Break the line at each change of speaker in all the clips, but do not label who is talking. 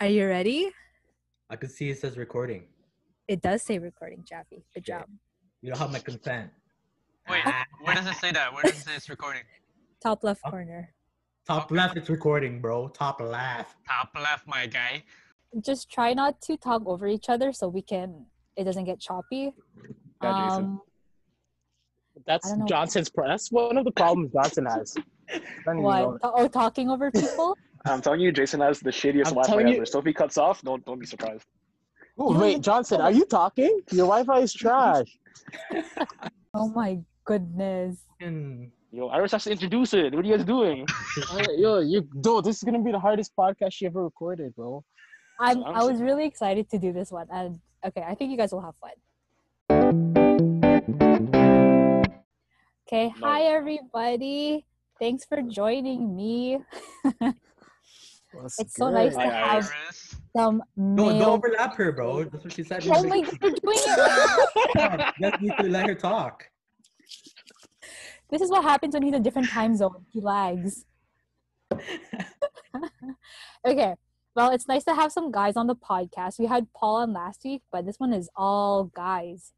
Are you ready?
I could see it says recording.
It does say recording, Jaffy. Good job.
You don't have my consent.
Wait,
Ah,
where does it say that? Where does it say it's recording?
Top left
Oh.
corner.
top left, it's recording, bro. Top left.
Top left, my guy.
Just try not to talk over each other so we can it doesn't get choppy.
Yeah, Jason.
Um, I
That's
don't know.
Johnson's. Pro- that's one of the problems Johnson has. Then you know-
what? Oh, talking over people?
I'm telling you, Jason has the shittiest
I'm
Wi-Fi
telling you-
ever. So if he cuts off, don't don't be surprised.
Ooh, wait, Johnson, are you talking? Your Wi-Fi is trash.
oh my goodness.
Fucking-
Yo, Iris has to introduce it. What are you guys doing?
Alright, Yo, you dude, this is gonna be the hardest podcast she ever recorded, bro.
I'm,
I'm
I was
saying.
really excited to do this one. And okay, I think you guys will have fun. Okay, hi everybody. Thanks for joining me. It's so nice to
good.
have
Iris.
some
No, don't
male.
overlap her, bro. That's what she said.
Oh my god, we're doing it right.
Just need to let her talk.
This is what happens when he's in a different time zone. He lags. okay. Well, it's nice to have some guys on the podcast. We had Paul on last week, but this one is all guys.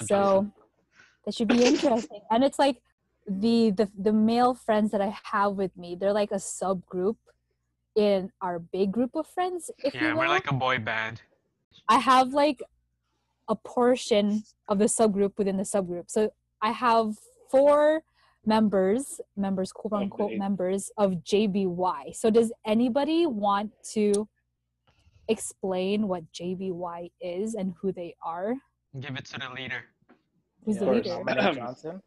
So that should be interesting. And it's like the, the the male friends that I have with me, they're like a subgroup in our big group of friends, if
yeah,
you will.
we're like a boy band.
I have like a portion of the subgroup within the subgroup. So I have four members, members, quote
Okay.
unquote, members of JBY. So does anybody want to explain what JBY is and who they are?
Give it to the leader.
Who's the
course.
leader?
Johnson.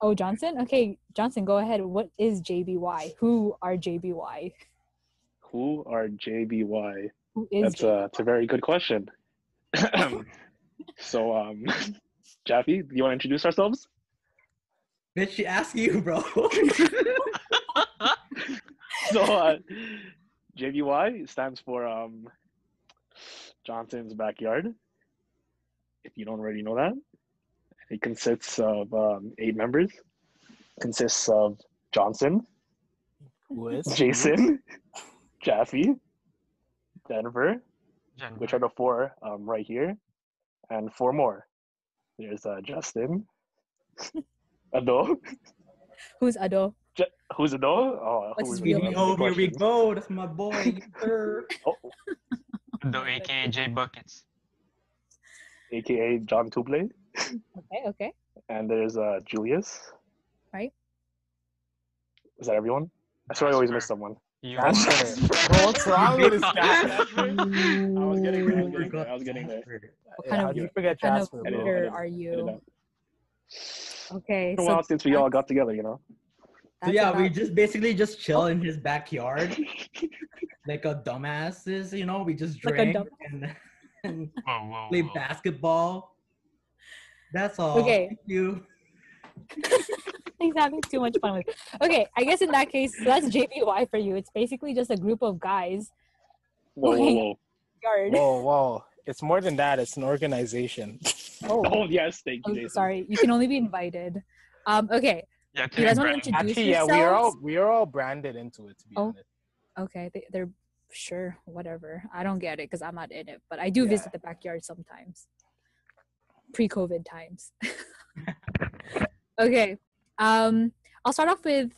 Oh, Johnson? Okay, Johnson, go ahead. What is JBY? Who are JBY?
Who are JBY?
Who is
That's uh, a, it's a very good question. so, um, Jaffe, do you want to introduce ourselves?
Bitch, she asked you, bro.
So, uh, JBY stands for um, Johnson's Backyard, if you don't already know that. It consists of um, eight members, consists of Johnson, Jason, Jaffe, Denver,
Jen.
which are the four um, right here, and four more. There's uh, Justin, Ado,
Who's Ado?
Je- who's Ado? Oh,
What's
who's
his real
Ado?
name?
oh, here we
Question.
go. That's my boy. yes, sir.
Oh,
the AKA J Buckets.
AKA John Tubley,
Okay, okay.
and there's uh, Julius.
Right.
Is that everyone? I swear I always miss someone.
You
Johnson. Bro, what's wrong with this guy?
I was getting there.
Oh my
I was getting
God.
there. I was getting there.
What
Yeah,
kind
how
of
do you forget
kind of
Jasper, bro?
leader?
leader are
I don't
you?
know.
Okay,
It's been a
so
while since we all got together, you know.
So
that's
yeah, we
about-
just basically just chill in his backyard, like a dumbasses. You know, we just
Like a
drink
dumbass.
and, and
Whoa, whoa,
play
whoa.
basketball. That's all.
Okay.
Thank you.
He's having too much fun with. Okay, I guess in that case, so that's JBY for you. It's basically just a group of guys. Oh,
Whoa, whoa, whoa.
Yard.
Whoa, whoa. It's more than that. It's an organization.
Oh, yes. Thank you,
Oh,
Jason.
sorry, you can only be invited. Um, okay,
Yeah,
you
Tim
guys want to
Brand.
introduce
Actually, yeah,
yourselves?
we are all we are all branded into it. To be
Oh,
honest,
Okay, they, they're sure, whatever. I don't get it because I'm not in it, but I do
Yeah.
visit the backyard sometimes. Pre-COVID times. okay, um, I'll start off with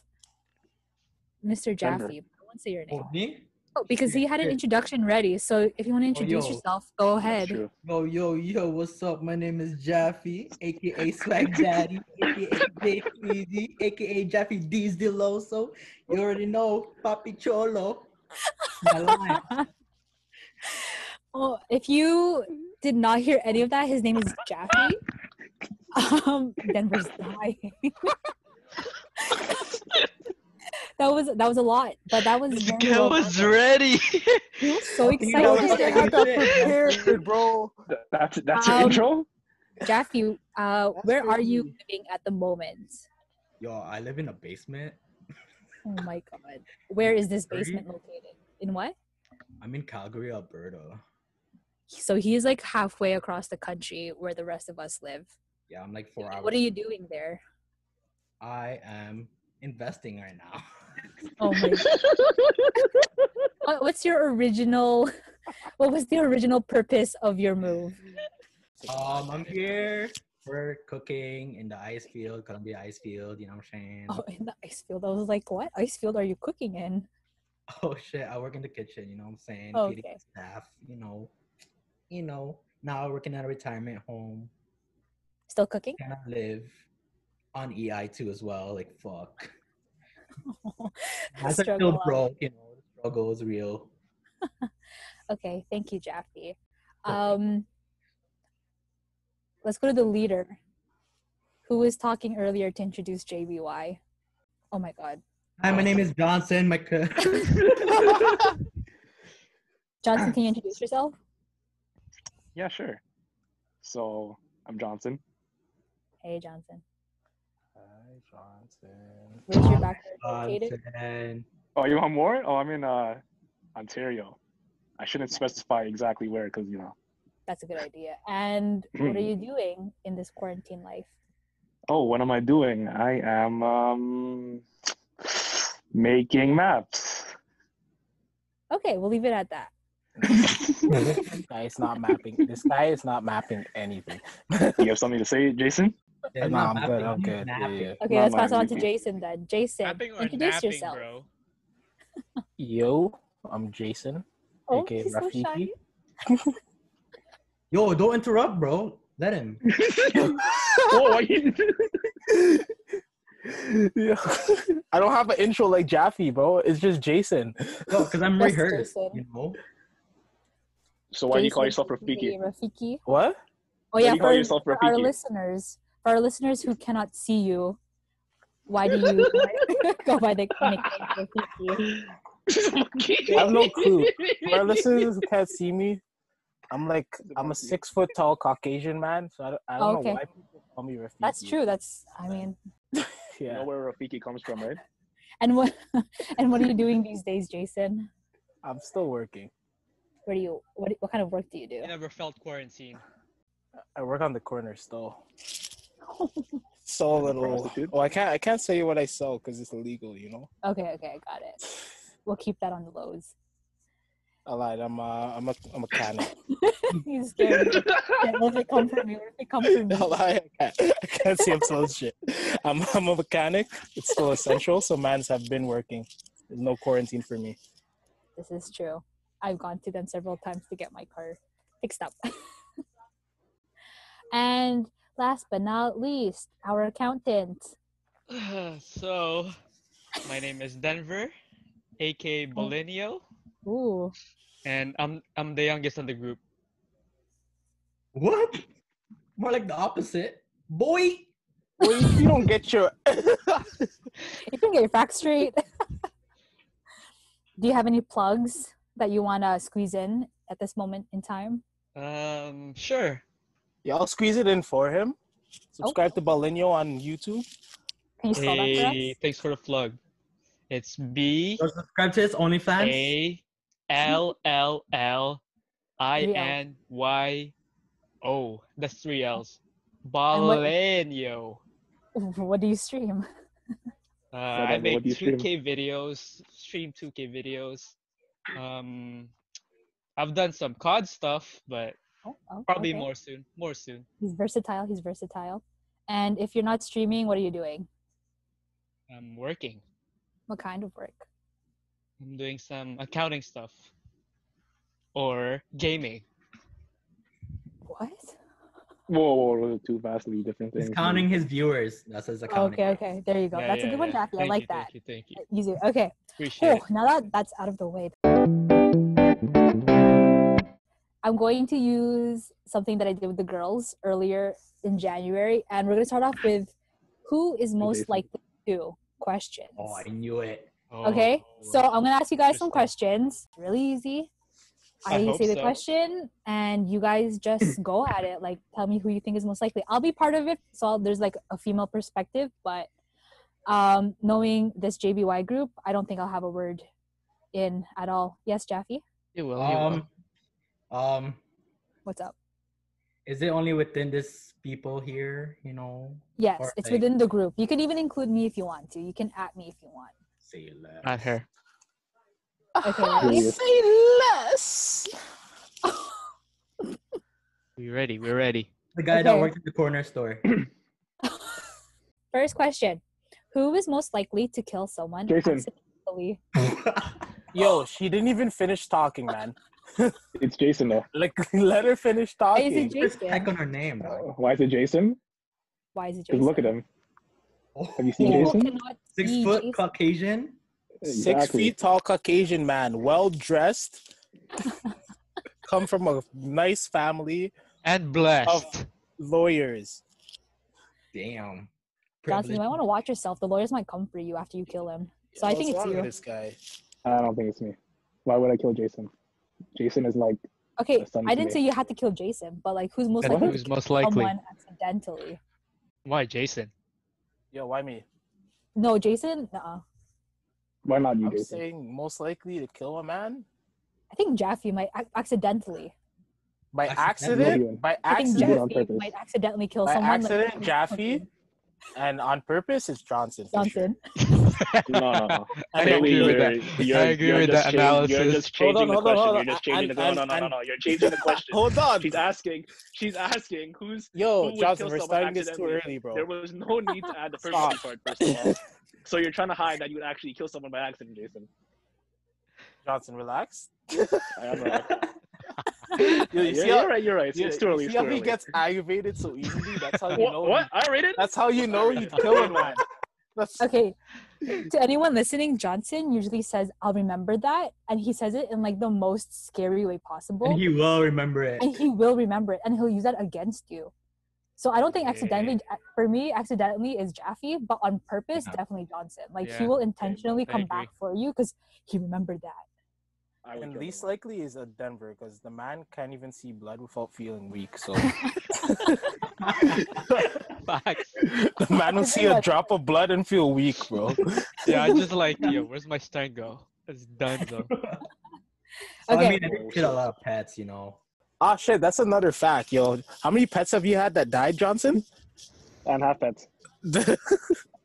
Mr.
Denver.
Jaffe. I won't say your name.
Oh, me?
Oh, because he had an
Yeah. Oh,
introduction ready. So if you want to introduce
yo.
yourself, go
That's
ahead.
true.
Yo, yo, yo, what's up? My name is Jaffe, aka Swag Daddy, aka JPD, aka Jaffe D's Deloso. You already know, Papi Cholo. My line.
Well, if you did not hear any of that, his name is Jaffe. Um, Denver's dying. that was that was a lot, but that was very well done.
ready.
He was so
You know,
excited.
I got that prepared,
bro.
Th- That's that's your
Um,
intro.
Jaffe, uh, where are you living at the moment?
Yo, I live in a basement.
Oh my god. Where is this basement located? In what?
I'm in Calgary, Alberta.
So he's like halfway across the country where the rest of us live.
Yeah, I'm like four hours.
What are you doing there?
I am investing right now.
Oh my What- What's your original what was the original purpose of your move?
um, I'm here. We're cooking in the ice field, Columbia ice field. You know what I'm saying?
Oh, in the ice field. I was like, what ice field are you cooking in?
Oh shit, I work in the kitchen, you know what I'm saying?
Oh,
feeding
okay.
staff, you know. You know, now working at a retirement home,
Still cooking?
kind of live on EI too as well. Like fuck. That's
Struggle
still
on.
broke, you know, the struggle is real.
Okay, thank you, Jaffe.
Okay.
Um, let's go to the leader, who was talking earlier to introduce JBY. Oh my God,
Hi, my name is Johnson. My co-
Johnson, can you introduce yourself?
yeah, sure. So I'm Johnson.
Hey, Johnson,
Hi, Johnson.
where's
Oh
your background located?
Johnson.
Oh, you want more? Oh, I'm in uh, Ontario. I shouldn't specify exactly where because you know.
That's a good idea. And what are you doing in this quarantine life?
Oh, what am I doing? I am um, making maps.
Okay, we'll leave it at that.
this guy is not mapping. This guy is not mapping anything.
You have something to say, Jason?
They're
no,
not
I'm good.
mapping,
I'm
he's
good. Yeah,
mapping.
yeah.
Okay,
Not
let's pass it on to
mine.
Jason then. Jason,
Mapping or
introduce
napping,
yourself.
bro?
Yo, I'm Jason.
Oh,
aka
he's so shy.
Rafiki.
Yo, don't interrupt, bro. Let him.
oh, I,
Yeah. I don't have an intro like Jaffe, bro. It's just Jason.
No, because I'm
Yes,
rehearsed,
Jason.
you know.
so why do you call
Jason,
yourself Rafiki?
aka Rafiki. Oh
What?
Why do
yeah,
you call
for,
yourself
for our
Rafiki?
listeners, for our listeners who cannot see you, why do you go by the nickname Rafiki?
I have no clue. For our listeners who can't see me, I'm like I'm a
Monkey.
six foot tall Caucasian man, so I don't, I don't
Okay.
know why people call me Rafiki.
That's true. That's I mean,
You know
Yeah,
where Rafiki comes from, right?
and what and what are you doing these days, Jason?
I'm still working.
What do you what what kind of work do you do?
I never felt quarantine.
I work on the corner still. So little.
prostitute?
Oh, I can't. I can't say what I sell because it's illegal. You know.
Okay, okay, I got it. We'll keep that on the lows.
I lied. I'm a. I'm a. I'm a mechanic.
He's scared. Yeah, Let it come from me. Let it come from me.
I lied. I can't. I can't say I'm selling shit. I'm. I'm a mechanic. It's still essential. So mans have been working. There's no quarantine for me.
This is true. I've gone to them several times to get my car fixed up. and last but not least, our accountant.
so, my name is Denver, aka Bolinio,
Ooh,
and I'm I'm the youngest in the group.
What? More like the opposite. Boy.
Well, if you don't get your.
you can get your facts straight. Do you have any plugs that you want to squeeze in at this moment in time?
Um, sure.
Y'all squeeze it in for him. Subscribe to Balinho on YouTube.
Can you spell that for us?
Hey, thanks for the plug. It's B
Yo, subscribe to his OnlyFans.
A L L L I N Y O. That's three L's.
what-
Bolenio.
What do you stream?
Uh,
I
I
don't know
make
what you stream.
2K videos, stream 2K videos. Um, I've done some COD stuff, but
Oh, oh,
probably
okay.
more soon. More soon.
He's versatile. He's versatile. And if you're not streaming, what are you doing?
I'm working.
What kind of work?
I'm doing some accounting stuff or gaming.
What?
Whoa, whoa, whoa, two vastly different things.
He's counting his viewers. That's his account.
Okay, okay. There you go.
Yeah,
That's a
yeah,
good one,
yeah.
Jackie. I
Thank
like
you,
that.
Thank you. Thank you.
Easier. Okay.
Appreciate
Oh,
it.
now that that's out of the way, I'm going to use something that I did with the girls earlier in January, and we're going to start off with who is most
Jason.
likely to questions.
Oh, I knew it.
Oh,
Okay, so um, I'm gonna ask you guys some
interesting.
questions. Really easy.
I
I,
hope
say the
so.
question, and you guys just go at it. Like, tell me who you think is most likely. I'll be part of it, so I'll, there's like a female perspective, but um, knowing this JBY group, I don't think I'll have a word in at all. Yes, Jaffe,
You will. You will.
Um, um,
what's up?
is it only within this people here? You know,
Yes,
Or
it's
like-
within the group. You can even include me if you want to. You can at me if you want.
say less.
Not her.
Okay,
ready?
say less.
We ready? We're ready.
The guy that
Okay.
worked at the corner store.
First question: Who is most likely to kill someone
Jason.
accidentally?
Yo, she didn't even finish talking, man.
It's Jason though.
Like, let her finish
Why is it
talking.
Check
Jason?
on her name, dog.
Uh, Why is it Jason?
Why is it
Because
Jason?
look at him. Have you seen
People
Jason?
cannot
Oh. Six
see
foot
Jason.
Caucasian.
Six feet tall Caucasian man, well dressed, come from a nice family,
And blessed.
lawyers.
Damn.
Johnson, you might
Privilege.
want to watch yourself. The lawyers might come for you after you kill him. So I
What's
think it's
wrong with
you.
This guy.
I don't think it's me. Why would I kill Jason? Jason is like
Okay,
That's something
I didn't
to
say you had to kill Jason, but like, who's most
What?
likely
Who's
to kill
most likely?
someone accidentally?
Why Jason?
Yo, why me?
No, Jason. Nuh-uh.
why not you,
I'm
Jason?
saying most likely to kill a man
I think Jaffe might ac- accidentally.
by
Accidentally.
accident, by
I think
did it
accident,
on
Jaffe
purpose.
might accidentally kill
by
someone. like-
accident, Jaffe, and on purpose. It's Johnson. for sure.
Johnson.
No, no, no.
I
Bailey,
agree with
you're-
that.
you're-
I agree
you're
with
just
that
chang- You're
analysis.
just
Hold on,
changing the
hold on,
question.
hold
You're
on.
just changing the
I'm-
no, no, no, no,
I'm-
no. You're changing the question.
Hold on.
She's asking. She's asking who's. who
Yo,
would
Johnson,
kill
we're
someone
starting this too
accidentally?
early, bro.
There was no need to add the first
Stop.
part. First of all, so you're trying to hide that you would actually kill someone by accident, Jason.
Johnson, relax.
I am right.
Yo, you
Yeah,
see
you're
how-
right. You're right. It's,
you-
it's too
you
early. It's
see
too
how he
early.
gets aggravated so easily? That's how you
Wha-
know.
what? I read it.
That's how you know he'd kill a man. That's
Okay. To anyone listening, Johnson usually says, "I'll remember that," and he says it in like the most scary way possible,
And he will remember it.
and he will remember it, and he'll use that against you. So I don't think accidentally. For me, accidentally is Jaffe, but on purpose,
Yeah.
definitely Johnson. Like he
Yeah.
will intentionally
I
come
agree.
back for you because he remembered that.
I would
and
kill
least
them.
likely is a Denver because the man can't even see blood without feeling weak. So
Facts.
the man will see a drop of blood and feel weak, bro.
Yeah, I'm just like, yo, where's my Stein go? It's done though.
I
Okay.
mean, I did a lot of pets, you know.
Ah, shit, that's another fact, yo. How many pets have you had that died, Johnson?
And half pets.
that's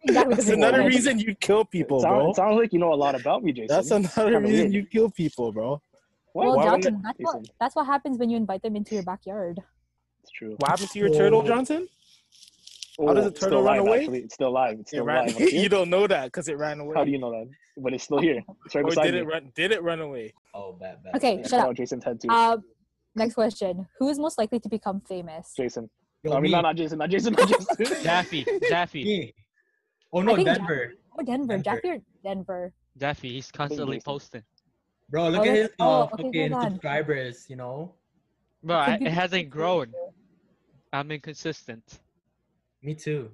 Exactly. the same
another
way.
reason you kill people,
it, sound-
bro.
it sounds like you know a lot about me, Jason.
That's another
kinda
reason
weird.
you kill people, bro.
What?
Well,
Why wouldn't
Johnson, that's what,
Jason.
that's what happens when you invite them into your backyard.
It's true.
What happened to your turtle,
Oh.
Johnson? How does
Oh,
a
it's still
turtle run
alive,
away?
Actually. It's still alive. It's
It
still
ran,
alive. Wanna see
you
it?
don't know that because it ran away.
How do you know that? But it's still here. It's right
or
beside
did
me.
it run? Did it run away?
Oh, bad, bad.
Okay,
I
shut
cut
up.
out Jason's head
Ah.
too.
Um, next question: Who is most likely to become famous?
Jason.
Yo,
I mean,
me,
no, not Jason. Not Jason. Not Jason.
Daffy, Daffy,
me. Oh no,
think
Denver,
Oh, Denver,
Denver.
Jaffe or Denver.
Daffy. He's constantly
Jason.
posting.
bro. Look
Oh,
at his
oh,
uh,
okay,
fucking
hold on.
subscribers, you know.
Bro,
Could
I,
be
Uh, it hasn't
between
grown.
two.
I'm inconsistent.
Me too.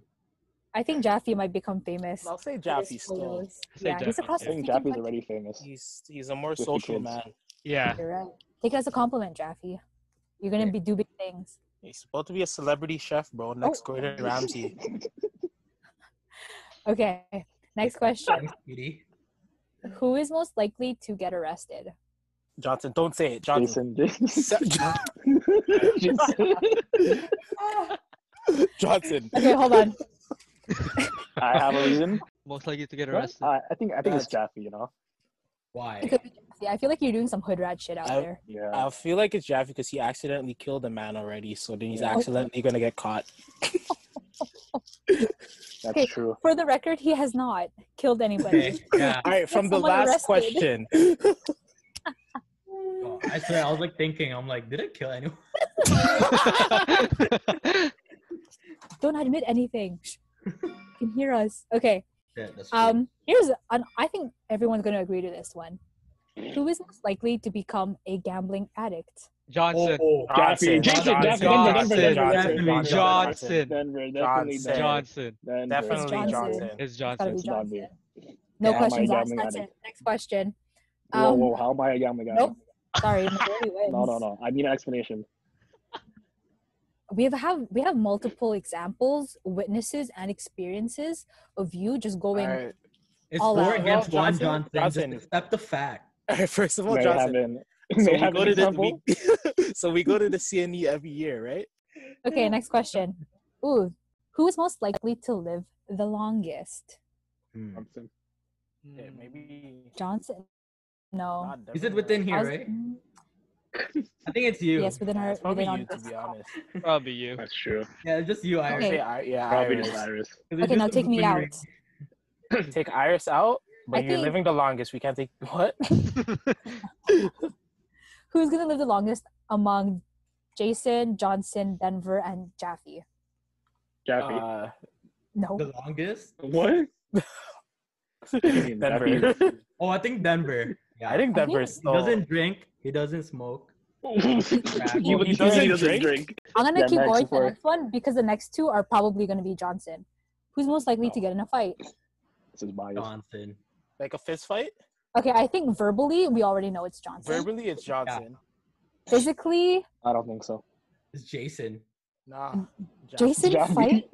I think Jaffe might become famous.
I'll say
for his
Jaffy still.
photos.
I say
Yeah, he's
Jaffe,
across
I
the
yeah.
think
freaking
Jaffy's
country.
already famous.
He's he's a more
With the
social
kids.
man.
Yeah.
You're right. Take it as a compliment, Jaffe. You're gonna be do big things.
He's supposed to be a celebrity chef,
Oh.
bro. Next Gordon Ramsay.
Okay. Next question:
Thanks, sweetie.
Who is most likely to get arrested?
Johnson, don't say it, Johnson.
Jason. Jason.
Se- Jo-
Jason.
Johnson.
Okay, hold on.
I have a reason.
Most likely to get
What?
arrested.
I, I think I think it's Jaffe. You know.
Why?
It could be Jaffe. I feel like you're doing some hood rat shit out
I-
there.
Yeah.
I feel like it's Jaffy because he accidentally killed a man already, so then he's
Yeah.
accidentally gonna get caught.
Okay.
That's true.
For the record, he has not killed anybody.
Okay, yeah.
All right, from the
someone
last
arrested.
question.
Oh, I swear, I was like thinking, I'm like, did I kill anyone?
Don't admit anything. Shh. You can hear us. Okay.
Yeah, that's true.
Um. Here's an. I think everyone's gonna agree to this one. Who is most likely to become a gambling addict?
Johnson.
oh,
Jaffy.
Johnson,
Jason.
Johnson,
Jaffy. Denver. Denver.
Johnson,
Denver.
Johnson,
Denver.
Johnson,
Johnson. Johnson.
Denver. Definitely Denver.
Johnson.
Denver.
Definitely
Johnson.
Johnson.
It's
It's gotta
Johnson.
be
It's not me.
Johnson. No
Yeah,
questions
my
asked.
gambling
That's it.
addict.
Next question.
Whoa,
Um,
whoa, how am I a gambling addict?
Nope. Sorry, Missouri wins.
No, no, no. I need an explanation.
we have, have we have multiple examples, witnesses, and experiences of you just going.
Alright.
It's
All
four
out.
against
Well,
one,
Johnson-
Johnson.
Johnson.
Just accept the fact.
All right, first of all,
May have
Johnson.
an,
So
may
we,
have
go
an
to the,
example?
we, so we go to the CNE every year, right?
Okay, next question. Ooh, who is most likely to live the longest?
Hmm.
Johnson.
Yeah,
Hmm.
maybe.
Johnson. No.
not
Is it
Devin,
within
I
here,
was-
right?
mm,
I think it's you.
Yes, within
Yeah,
our
it's probably
within our
you, to be honest.
Probably you.
That's true.
Yeah, it's just you,
I would
Iris.
Okay.
say I, yeah,
Probably just
Iris.
Iris.
Okay, now take me out.
Take Iris out, but
I
you're
think-
living the longest. We can't take what?
Who's gonna live the longest among Jason, Johnson, Denver, and Jaffe?
Jaffe.
Uh,
No.
The longest?
what? mean,
Denver.
Oh, I think Denver. Yeah.
I
I think
think-
Denver's
he
still.
doesn't drink. He doesn't smoke. Crack.
he,
Well, he
he says he
doesn't
doesn't drink.
drink.
I'm gonna
Yeah,
keep
next
going to the
for-
next one because the next two are probably gonna be Johnson. Who's most likely to get in a fight?
This is biased.
Johnson.
Like a fist fight?
Okay, I think verbally we already know it's Johnson.
Verbally, it's Johnson.
Physically,
I don't think so.
It's Jason.
Nah. Johnson.
Jason
Jaffe.
fight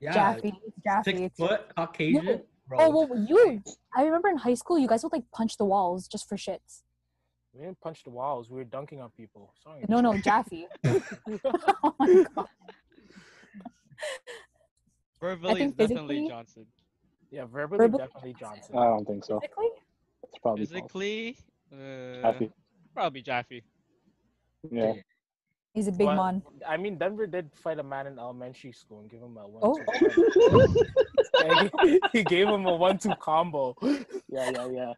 Yeah.
Jaffe. Jaffe.
Six foot Caucasian.
No.
Bro.
Oh well, you. I remember in high school, you guys would like punch the walls just for shits.
We didn't punch the walls. We were dunking on people. Sorry.
No, no, Jaffe. oh my god.
Verbally,
think
it's definitely
physically-
Johnson.
Yeah, verbally,
Verbally,
definitely Johnson.
I don't think so.
Physically,
It's probably false.
Physically, uh,
Jaffe.
probably Jaffe.
Yeah.
he's a big
Well,
man.
I mean, Denver did fight a man in elementary school and give him a one.
Oh.
he, he gave him a one-two combo.
Yeah, yeah,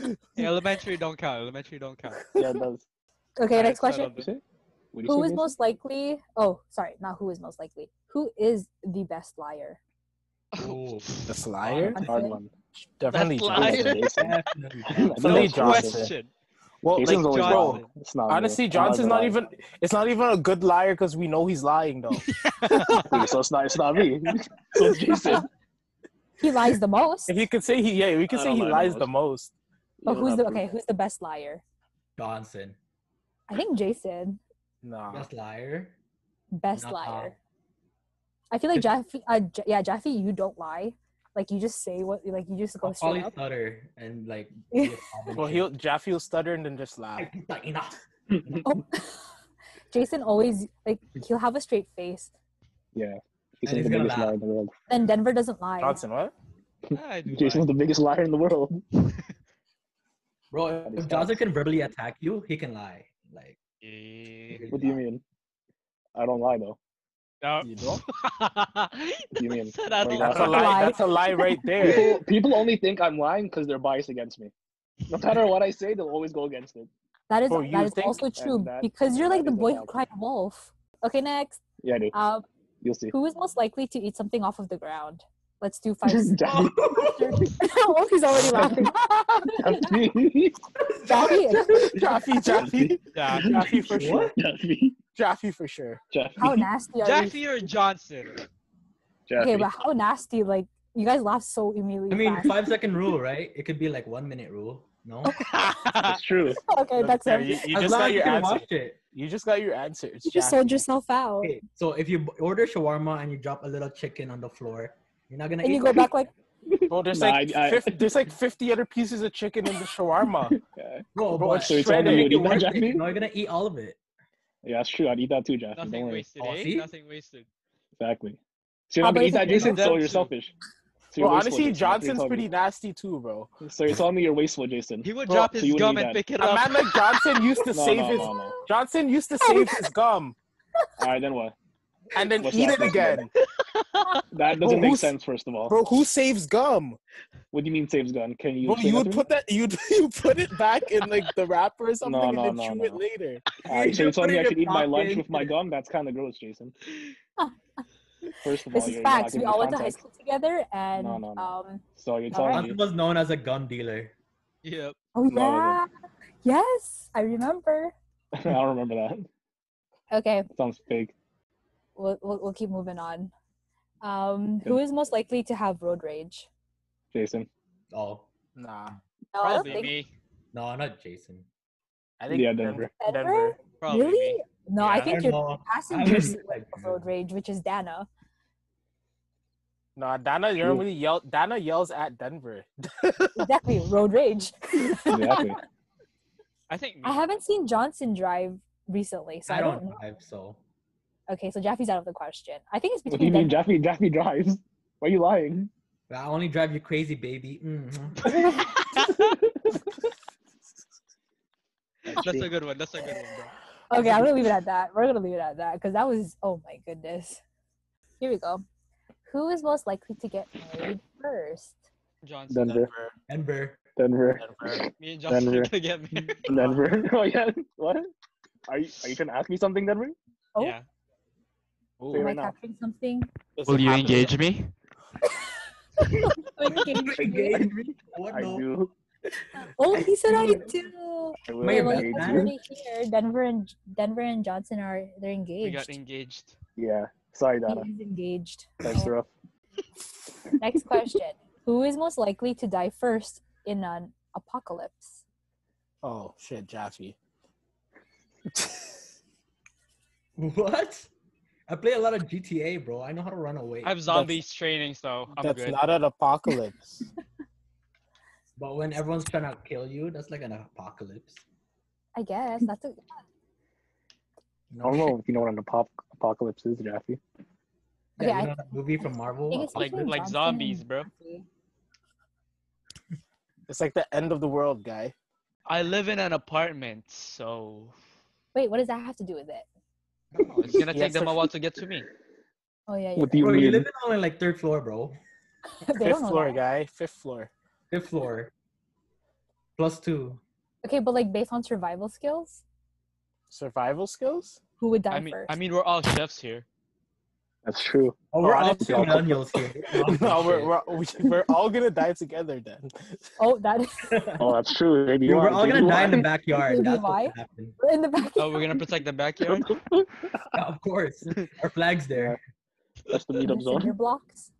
yeah.
Hey, elementary don't count. Elementary don't count.
Yeah, it does.
Okay,
Alright,
next
settle
question.
You see? What do you
Who is
say, Jason?
most likely? Oh, sorry, not who is most likely. Who is the best liar?
Ooh.
The liar?
Hard one.
Definitely
That's
Johnson.
liar.
Jason.
Definitely.
No
Definitely
No
Johnson.
question.
Well,
Jason's
like,
always
Johnson.
wrong. It's not me.
honestly,
Oh, I'm gonna
Johnson's not
lie.
even. It's not even a good liar because we know he's lying though.
Wait, so it's not. It's not me. So it's Jason.
He lies the most.
if you could say he, yeah, we could
I
say
don't
he
lie the
lies the most.
But
You
Oh, who's
don't
the
have
okay?
proof.
Who's the best liar?
Johnson.
I think Jason,
Nah.
Best liar.
best
Nah.
liar. I feel like Jaffe. Uh, J- yeah, Jaffe, you don't lie. Like you just say what, like you just go
I'll probably
straight up.
stutter and like.
Yeah.
be a problem
Well,
kid.
he'll Jaffe will stutter and then just
I
laugh.
think that enough.
Oh, Jason always like he'll have a straight face.
Yeah.
he's
Jason's the
gonna
biggest
laugh.
liar in the world.
Then Denver doesn't lie.
Johnson, what?
I do
Jason's
lie.
the biggest liar in the world.
Bro,
That is
if Johnson
facts.
can verbally attack you, he can lie. Like.
Yeah.
What do you mean? I don't lie though.
No.
You don't?
do you mean?
Said I don't
Like,
That's
that's
a
lie.
lie.
lie.
That's a lie right there.
People, people only think I'm lying because they're biased against me. No matter what I say, they'll always go against it.
That is
Bro, you
that is
think-
also true
that-
because you're like
that
the
is a
boy who
fact.
cried wolf. Okay, next.
Yeah, I do.
Um,
You'll see.
who is most likely to eat something off of the ground? Let's do five. s-
Jaffe.
oh, he's already laughing.
Jaffe.
Jaffe,
Jaffe, Jaffe,
Jaffe.
Jaffe for sure.
Jaffe.
Jaffe for sure.
Jaffe.
how nasty are you?
Jaffe or Johnson?
Okay,
Jaffe.
but how nasty? Like you guys laugh so immediately.
I mean,
fast.
five second rule, right? It could be like one minute rule. No.
It's true.
okay, that's
Yeah,
it.
you, you
As
just
long
got
as
your
you can
answer.
watch it.
You just got your answer. It's
You just
Jaffe.
sold yourself out,
Okay, so if you b- order shawarma and you drop a little chicken on the floor, you're not gonna
and
eat.
you go back like,
Bro, there's
Nah,
like
I- I-
50, there's like 50 other pieces of chicken in the shawarma.
Yeah,
no,
bro,
but
it's
so you're telling me
shredded.
you
make
would
it
eat
worth it.
that, Jaffe?
You know, you're gonna eat all of it.
Yeah, that's true. I'd eat that too, Jaffe. Don't
Nothing
worry.
wasted,
Oh,
eh?
see?
Nothing wasted.
Exactly. So you're not
How
gonna
about
eat
if
that,
it's
Jason. So
them
you're
too?
selfish. So you're
Bro,
wasteful, Jason.
honestly,
That's what you're
Johnson's
telling me.
pretty nasty too, bro.
So you're telling me you're wasteful, Jason.
He would
Bro,
drop
so
his
you wouldn't
gum
eat
and
that.
pick it
A
up.
man like Johnson used to
No,
save
no,
his
no, no.
Johnson used to save his gum
All right, then what?
and then
What's
eat
that?
it again.
That
Bro,
doesn't make
who's-
sense, first of all.
Bro, who saves gum?
What do you mean saves gun? Can you
Bro,
explain that
you would
to me?
put that you'd you put it back in like the wrapper or something
no,
and then
no,
chew it
no.
later.
All right, so you're
just put
telling me
it
I
in your
should eat my lunch
pocket.
with my gum? That's kind of gross, Jason. First of all,
this is
you're you're not
facts. We
giving
all
me
went to high
context.
school together, and
No, no, no.
um,
So you're
All
telling
right.
Johnson
me
was known as a gun dealer.
Yep.
oh
No, I
yeah,
wasn't.
yes, I remember.
I don't remember that.
Okay,
Sounds fake.
we'll we'll, we'll keep moving on. Um, who is most likely to have road rage?
Jason.
Oh
Nah.
No, I don't
Probably
think
me.
no, not Jason.
I think
Yeah,
Denver.
Denver.
Denver.
Probably
Really?
me.
No, I
Yeah,
think
don't
you're
know. I
passing
would
through
be like,
road rage, which is Dana.
No, Dana normally yell. Dana yells at Denver.
Exactly, road rage.
Exactly.
I think
I haven't seen Johnson drive recently, so I,
I
don't.
don't
know.
drive, so
Okay, so Jaffe's out of the question. I think it's
What do you
between
mean,
Denver.
Jeffy? Jeffy drives. Why are you lying?
I only drive you crazy, baby. Mhm.
that's a good one. That's a good one, bro.
Okay, I'm gonna leave it at that. We're gonna leave it at that because that was oh my goodness. Here we go. Who is most likely to get married first?
Johnson.
Denver.
Denver.
Denver.
Denver.
Me and Johnson
Denver.
are gonna get married.
Denver. oh yeah. What? Are you Are you trying to ask me something, Denver?
Oh.
Yeah.
Ooh,
Wait,
Am I
right now.
capturing something?
does
Will
it
you
happen?
engage me?
oh,
Engage me? What
I
no?
do.
he said Oh, I do.
I will
Wait,
Okay, well, you
You're
engage
guys
mad.
you.
already here. Denver and Denver and Johnson are they're
We got
engaged.
engaged.
Yeah. Sorry,
He
Donna.
is engaged.
Thanks,
Oh.
rough.
Next question: Who is most likely to die first in an apocalypse?
Oh shit, Jaffe.
What? I play a lot of GTA, bro. I know how to run away.
I have zombies training, so I'm
That's
good.
not an apocalypse.
But when everyone's trying to kill you, that's like an apocalypse.
I guess that's a
I don't know if you know what an apop- apocalypse is,
Okay,
Jeffy.
Yeah,
I
you know that movie from Marvel?
think it's
Like
between
like
Johnson
zombies,
and
bro.
Jaffe.
it's like the end of the world, guy.
I live in an apartment, so
Wait, what does that have to do with it?
it's gonna
He
take
has
them
to-
a while to get to me.
Oh yeah, you're
What do you
Bro, you
mean?
live in only like third floor, bro.
right. they don't
Fifth
know
floor,
that.
guy. Fifth floor.
Fifth floor. Plus two.
Okay, but like based on survival skills,
Survival skills.
who would die
I mean,
first?
I mean, we're all chefs here.
That's true.
Oh, we're
I
all
didn't
two
know.
millennials here.
no, we're, we're, we- we're all gonna die together then.
oh, that is
Oh, that's true. Maybe
Dude,
you
we're
are.
all
Maybe
gonna
you
die
are.
in the backyard.
Maybe
That's
why?
what happened.
in the back.
Oh, we're gonna protect the backyard.
Yeah, of course. Our flag's there.
That's the
the
meetup
cinder
zone.
blocks.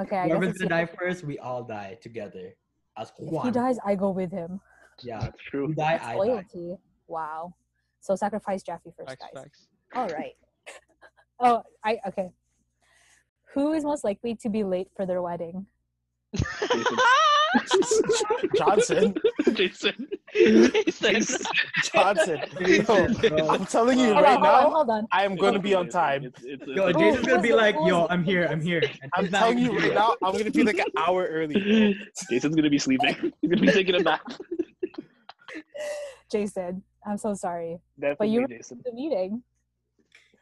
Okay, I guess
Whoever's
it's
gonna die first, we all die together. As
if he
Juan.
dies, I go with him.
Yeah.
That's
You
true.
die,
That's
I die.
loyalty. Wow. So sacrifice Jaffe first,
Facts,
guys.
facts.
All right. Oh, I okay. Who is most likely to be late for their wedding?
Johnson,
Jason.
Jason.
Johnson. Yo,
Jason, bro.
I'm telling you
Hold
right
on, hold on,
now,
hold on.
I am gonna be on time.
It's, it's,
Yo,
it's-
Jason-
oh,
Jason's gonna be
who's-
like, yo,
who's-
I'm here, I'm here. And
I'm
he's not
telling
even
you right
here.
now, I'm gonna be like an hour early.
Jason's gonna be sleeping. He's gonna be taking a nap.
Jason, I'm so sorry.
Definitely,
you-
Jason.
The meeting.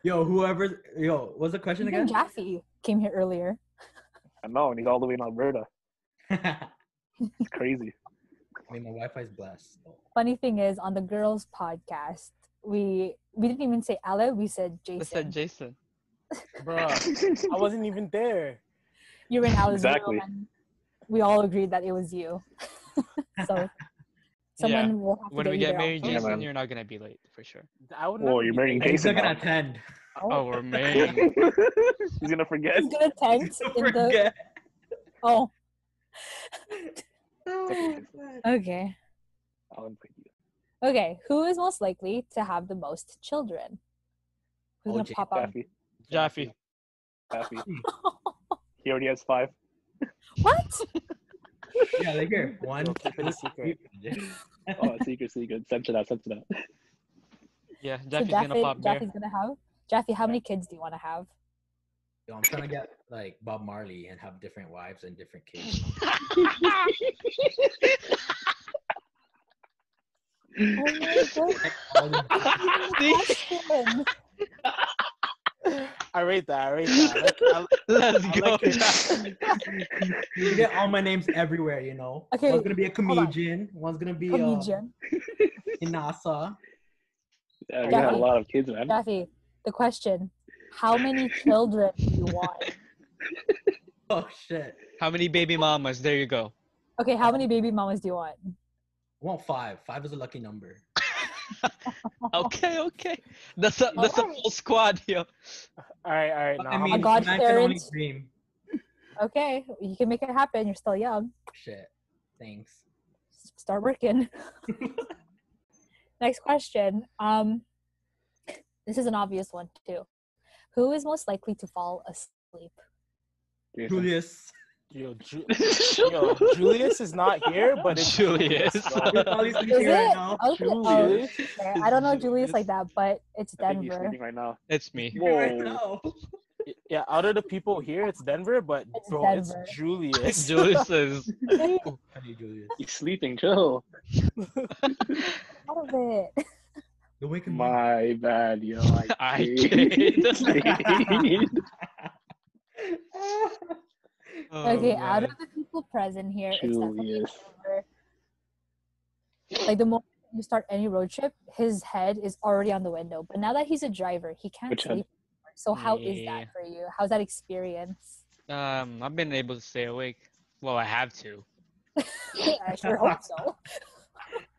Yo, whoever, yo, what's the question
Even
again?
Jaffe came here earlier.
I know, and he's all the way in Alberta.
I
It's crazy.
mean, my Wi-Fi's blessed. so.
Funny thing is, on the girls' podcast, we we didn't even say Ale, we said Jason.
What's that, Jason?
Uh,
Bruh, I wasn't even there.
you were in Alice
Exactly.
room, and we all agreed that it was you. so someone will have to
When
get
we
you
get
there
married,
also.
Yeah,
Jason,
man.
you're not gonna be late for sure.
I would
Whoa,
never
you're
be
marrying
there.
He's not
Jason.
gonna
now.
attend.
Oh, we're married.
he's gonna forget.
He's gonna tent in the
Forget.
oh.
Okay, Jason.
Okay.
I'll invite you.
Okay. Who is most likely to have the most children? Who's
Oh,
gonna
Jay-
pop out?
Daffy.
Jaffe.
Daffy. He already has five.
What?
yeah, they're here. One.
We'll keep it a secret.
Oh, secret, secret. Censor that, censor that.
Yeah,
So
Jaffe's gonna
Jaffe,
pop beer.
Jaffe's gonna have. Jaffe, how many kids do you want to have?
Yo, I'm trying to get like Bob Marley and have different wives and different kids.
Oh my god!
All the-
question.
I rate that. I rate that. I like-
Let's
I
go.
like it.
Jaffy.
you get all my names everywhere, you know.
Okay,
one's gonna be a
hold on.
comedian. One's gonna be uh,
Comedian.
in NASA.
Yeah, we're gonna have a
Daffy.
lot of kids, man.
Jaffe, the question: How many children do you want?
Oh shit!
How many baby mamas? There you go.
Okay, how many baby mamas do you want?
I want five. Five is a lucky number.
Okay, okay. That's a, that's a
Alright.
full squad here.
All right, all right.
But
Now,
I
how
mean,
many-
Oh God
man can only
parent.
dream.
Okay, you can make it happen. You're still young.
Shit. Thanks.
S- Start working. Next question. Um, This is an obvious one too. Who is most likely to fall asleep?
Jason.
Julius.
Yo, Ju- yo, Julius is not here, but it's
Julius.
Yo,
He's probably
Is
sleeping
it?
right now.
Okay. Oh,
Julius.
okay. I don't know Julius
Julius.
like that, but it's
I think he's
Denver.
sleeping right now.
It's me.
Sleeping right
Whoa.
now.
Yeah, out of the people here, it's Denver, but
It's
bro,
Denver.
it's Julius.
Julius is.
I need Julius.
He's sleeping. Chill.
Out of it.
Don't wake
Mm-hmm.
him up.
My bad, yo. I,
I
can't.
Oh,
Okay, out
man.
of the people present here, it's definitely
Julius.
Denver. Like the moment you start any road trip, his head is already on the window. But now that he's a driver, he can't
Which head?
sleep. anymore. So how is
Yeah.
that for you? How's that experience?
Um, I've been able to stay awake. Well, I have to.
I sure hope so.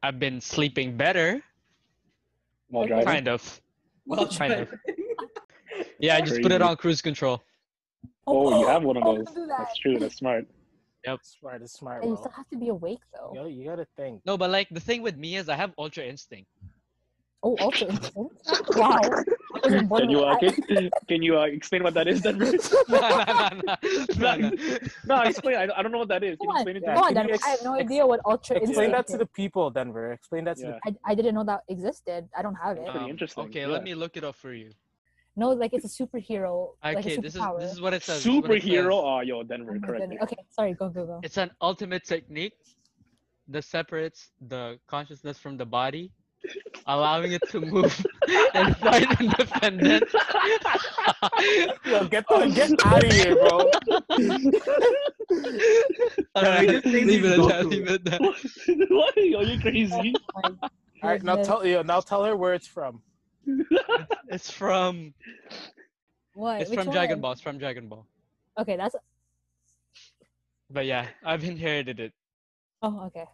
I've been sleeping better,
While
Okay.
driving.
kind of.
Well,
Kind
try-
of. Yeah, I just put it
Crazy.
on cruise control.
Oh, you have one of
Oh, don't
those.
do that.
That's true. That's smart.
smart, it's smart,
And you
bro.
still have to be awake though.
Yo, you gotta think.
No, but like the thing with me is I have ultra instinct.
Oh, ultra instinct. Wow. I wasn't born
Can you,
with
uh,
that.
can, can you uh, explain what that is, Denver?
Nah, nah, nah, nah, nah, nah.
no, explain. I, I don't know what that is.
Come
Can you
on,
explain it to
come
me?
on,
Can you
Denver. I have
ex-
no
ex-
idea what ultra
Explain
instinct
that to the people, Denver. Explain that to
Yeah.
the
is. I, I didn't know that existed. I don't have it.
Pretty
Um,
interesting,
Okay,
yeah.
let me look it up for you.
No, like it's a superhero. like
Okay,
a
this is
superpower.
this is what it says. this is what it
Superhero.
says.
Oh, yo,
Oh
Denver,
my
correct me.
goodness. Okay, sorry, go, go, go.
It's an ultimate technique that separates the consciousness from the body, allowing it to move and fight independent.
Yo, get the get out of here, bro.
we just say
leave
we
it
go
at that.
through
Leave it at that.
what? What? Yo, you crazy?
All right, now
Goodness.
tell yo, now tell her where it's from.
It's from
What?
it's
Which
from Dragon
one?
Ball. It's from Dragon Ball.
Okay, that's.
But yeah, I've inherited it.
Oh, okay.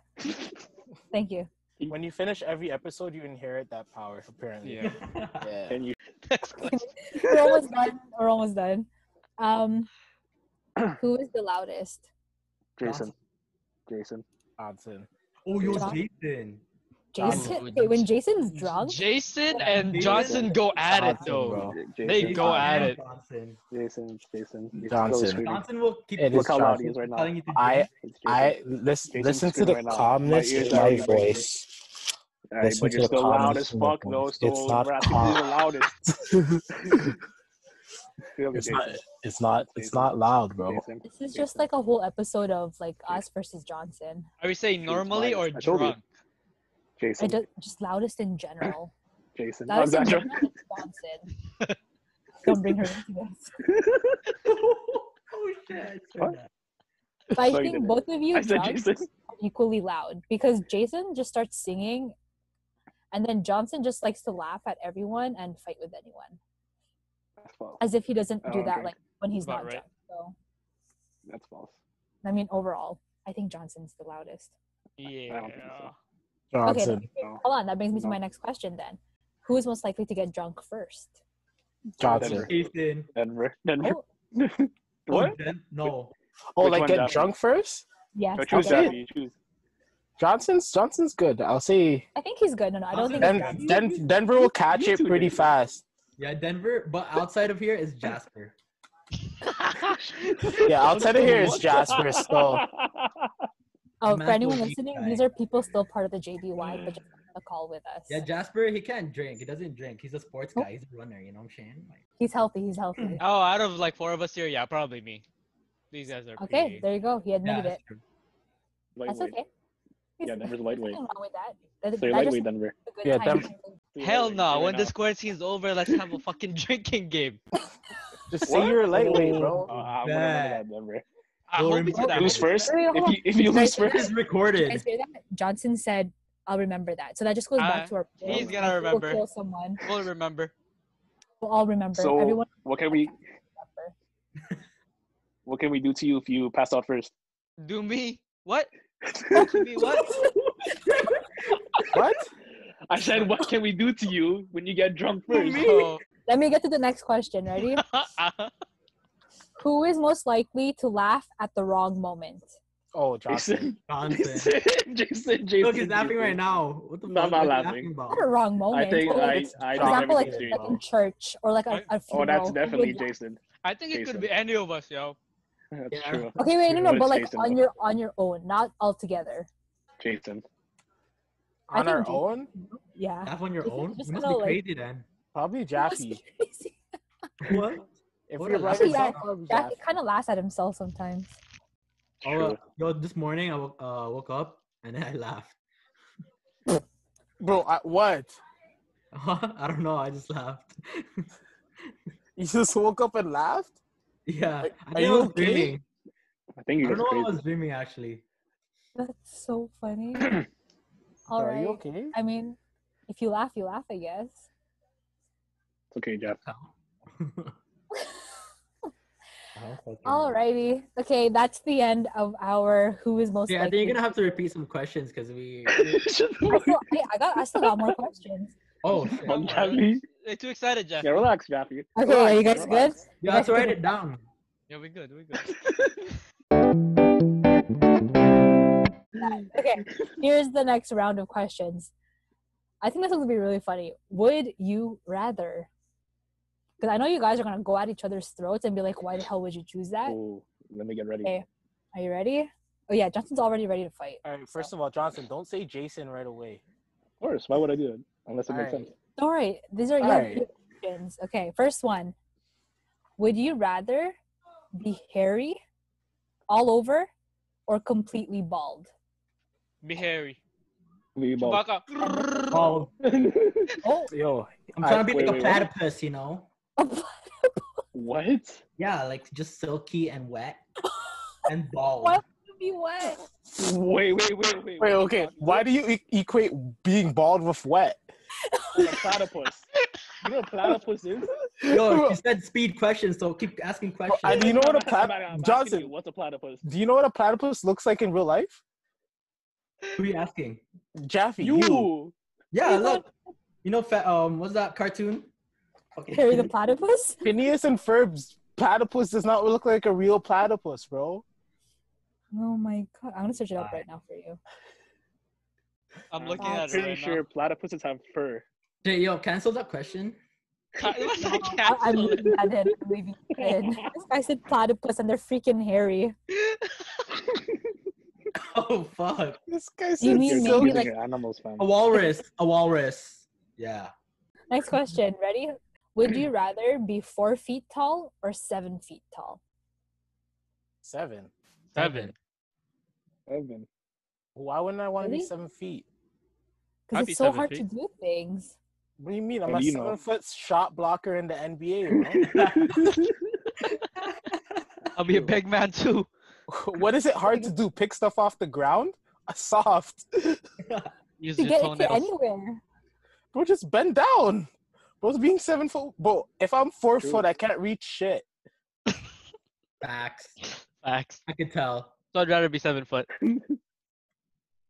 Thank you.
When you finish every episode, you inherit that power. Apparently,
Yeah.
yeah.
Can you?
Next question.
We're almost done. We're almost done. Um, who is the loudest?
Jason. Jason.
Johnson.
Oh, yo,
Drunk.
Jason.
Jason.
Ooh,
Okay, when Jason's drunk,
Jason and
Jason.
Johnson go at it
Johnson,
though.
bro.
Jason.
They go
Jason.
at it.
Johnson.
Jason. Jason. He's
Johnson.
still screaming.
Johnson will keep
It
Look
is
how loud he
Johnson.
is right now.
telling you to
I-
drink.
It's Jason.
I listen.
Jason's
listen to
screaming
the
right now. My
calmness
ears
in
are
my
already breaking.
voice.
All right,
Listen
but
to
you're
the
still loud
calmness
as
in the
fuck though,
voice.
so
It's not
we're asking who's the
calm.
loudest. Clearly,
It's
Jason.
not. It's not. It's
Jason.
not loud, bro.
Jason.
this is just like a whole episode of like us versus Johnson.
Are we saying
Dude,
normally or
minus. I told you.
drunk?
I
Jason.
do, just loudest in general.
Jason.
Loudest in
Alexandra.
general is Johnson. Don't bring her into this.
oh, shit.
What?
But I
Sorry,
think
Dylan.
both of you
I said
drunk
Jason.
are equally loud because Jason just starts singing, and then Johnson just likes to laugh at everyone and fight with anyone,
That's false.
as if he doesn't do
Oh,
that
okay.
like when he's
About
not
right.
drunk. So
That's false.
I mean, overall, I think Johnson's the loudest.
Yeah.
don't think so.
Johnson.
No.
Hold on, that brings me to
No.
my next question then: Who is most likely to get drunk first?
Johnson.
Denver.
Jason.
Denver. Denver.
Oh,
What?
Oh, Den- no.
Oh,
Which
like
one,
get
Johnson?
drunk first.
yes.
No, choose
okay.
Jaffe. You choose.
Johnson's Johnson's good. I'll say
I think he's good. No, no, I don't think it's
Johnson-
Den-
Johnson.
Den- Denver will catch
You
it
too,
pretty
Jason.
fast.
Yeah, Denver, but outside of here is Jasper.
Yeah, outside of here is
What?
Jasper still.
Oh,
Matt
for anyone
will be
listening,
fine.
these are people still part of the JBY, but just
Mm.
on the call with us.
Yeah, Jasper, he can't drink. He doesn't drink. He's a sports
Oh.
guy. He's a runner. You know what I'm saying? Like,
He's healthy. He's healthy.
Mm.
Oh, out of like four of us here, yeah, probably me. These guys are
Okay,
pretty-
there you go. He
yeah,
admitted it.
that's true.
That's
Lightweight.
okay.
Yeah, Denver's lightweight.
There's nothing wrong with that. That,
So you're
that just
lightweight,
means
Denver.
a good
Yeah,
time.
Dem-
So you're
Hell
lightweight.
no!
You're
When
not.
this quarantine's over, let's have a fucking drinking game.
What?
Just say you're lightweight,
Oh.
bro.
Uh, I'm gonna remember
Bad.
that, Denver.
I
Well,
hope it's
remember-
that
Lose
one.
first.
Wait, wait,
If
hold
you if you lose
Guys,
first,
This is
Did you guys
recorded.
hear that? Johnson said, "I'll remember that." So that just goes
Uh,
back to our. point.
he's gonna
We'll
remember.
kill someone.
We'll remember.
We'll all remember.
so
Everyone
what can we
remember.
what can we do to you if you pass out first?
Do me what? Do me what?
What?
I said, what can we do to you when you get drunk first?
Oh.
Let me get to the next question. Ready? Who is most likely to laugh at the wrong moment?
Oh, Johnson.
Jason,
Johnson.
Jason, Jason, Jason.
Look, he's laughing right now. What the
No,
fuck
I'm not
are you
laughing.
about?
At a wrong moment.
I think
Or,
I,
like, for
I think
example, like,
everything's
like
Jason.
in church or like a, a
Oh,
funeral.
that's
Who
definitely
would laugh?
Jason.
I think it could
Jason.
be any of us, yo.
That's
Yeah.
true.
Okay, wait, no, no, but
Who would
like
Jason
on
laugh?
your on your own, not all together.
Jason.
I
On our
think Jason-
own?
Yeah.
Laugh on your
If you're
own?
just
You must
gonna,
be
like-
crazy then.
Probably
That's
Jaffy.
crazy.
What?
If
What
you're
a
by
laugh.
yourself,
Yeah,
probably
Jackie
Jaffy.
kind of laughs at himself sometimes.
Oh, uh,
True.
yo, this morning I woke, uh, woke up and then I laughed.
Bro, I, what?
I don't know. I just laughed.
You just woke up and laughed?
yeah. I
are
think I
you
was
okay?
dreaming.
I think
I
you
don't
guys
know what
are
I
crazy.
was dreaming actually.
That's so funny. All
Are you
right.
okay?
I mean, if you laugh, you laugh, I guess.
It's okay, Jeff.
All righty. Okay, that's the end of our who is most
Yeah, I
likely.
think you're gonna have to repeat some questions because we.
I still, hey, I got I still got more questions.
Oh, shit.
One
yeah,
Jeffy.
They're too excited, Jeff.
Yeah, relax, Jeffy.
Okay, are you guys
Relax,
good?
relax.
I have to write it down.
Yeah, we good, we good.
Okay, here's the next round of questions. I think this is gonna be really funny. Would you rather? Because I know you guys are gonna go at each other's throats and be like, "Why the hell would you choose that?"
Ooh, let me get ready.
Okay. Are you ready? Oh yeah, Johnson's already ready to fight.
All right, first of all, Johnson, don't say Jason right away.
Of course. Why would I do it? Unless it
All
makes
right.
sense.
Don't worry. These are your
Alright.
questions. Okay, first one. Would you rather be hairy all over or completely bald?
Be hairy.
We both.
Chewbacca.
Oh,
Oh,
Yo,
I'm
I-
trying to be
wait,
like a
wait, what?
platypus, you know?
what?
Yeah, like just silky and wet and bald.
What? be what?
Wait, wait, wait, wait.
wait, okay. Why do you e- equate being bald with wet?
I'm a platypus. You know what a platypus is?
Yo, she said speed questions, so keep asking questions.
I, do you know what
I'm
a
asking- I'm
platypus?
asking you,
Johnson,
What's a platypus?
do you know what a platypus looks like in real life?
Who are you asking?
Jaffe, you.
You.
Yeah, look. You know, fa- um, what's that cartoon?
Harry the platypus?
Phineas and Ferb's platypus does not look like a real platypus, bro.
Oh my god. I'm gonna search it up right now for you.
I'm
I'm
looking at it
pretty
right
sure platypuses have fur.
Jay, yo, cancel that question.
now. What's that
I- I'm
castle?
leaving that in. I'm leaving that in. This guy said platypus and they're freaking hairy.
Oh fuck.
This guy
You
said
mean
silk.
maybe
confusing
like
your animals, fam.
Oh.
A walrus. A walrus. Yeah.
next question, ready? Would you rather be four feet tall or seven feet tall?
seven.
Seven.
Evan.
Why wouldn't I want to be
Really?
seven feet?
Because
I'd be
it's so
seven
hard to
feet.
do things.
What do you mean? I'm
Well,
a
you know.
seven foot shot blocker in the NBA,
I'll be a big man too.
bro. what is it hard to do? Pick stuff off the ground? A soft.
Use
To
your
get
toenails.
into anywhere.
Bro, just bend down. Bro's being seven foot. Bro, if I'm four
True.
foot, I can't reach shit.
Facts.
Facts.
I could tell.
So I'd rather be seven foot.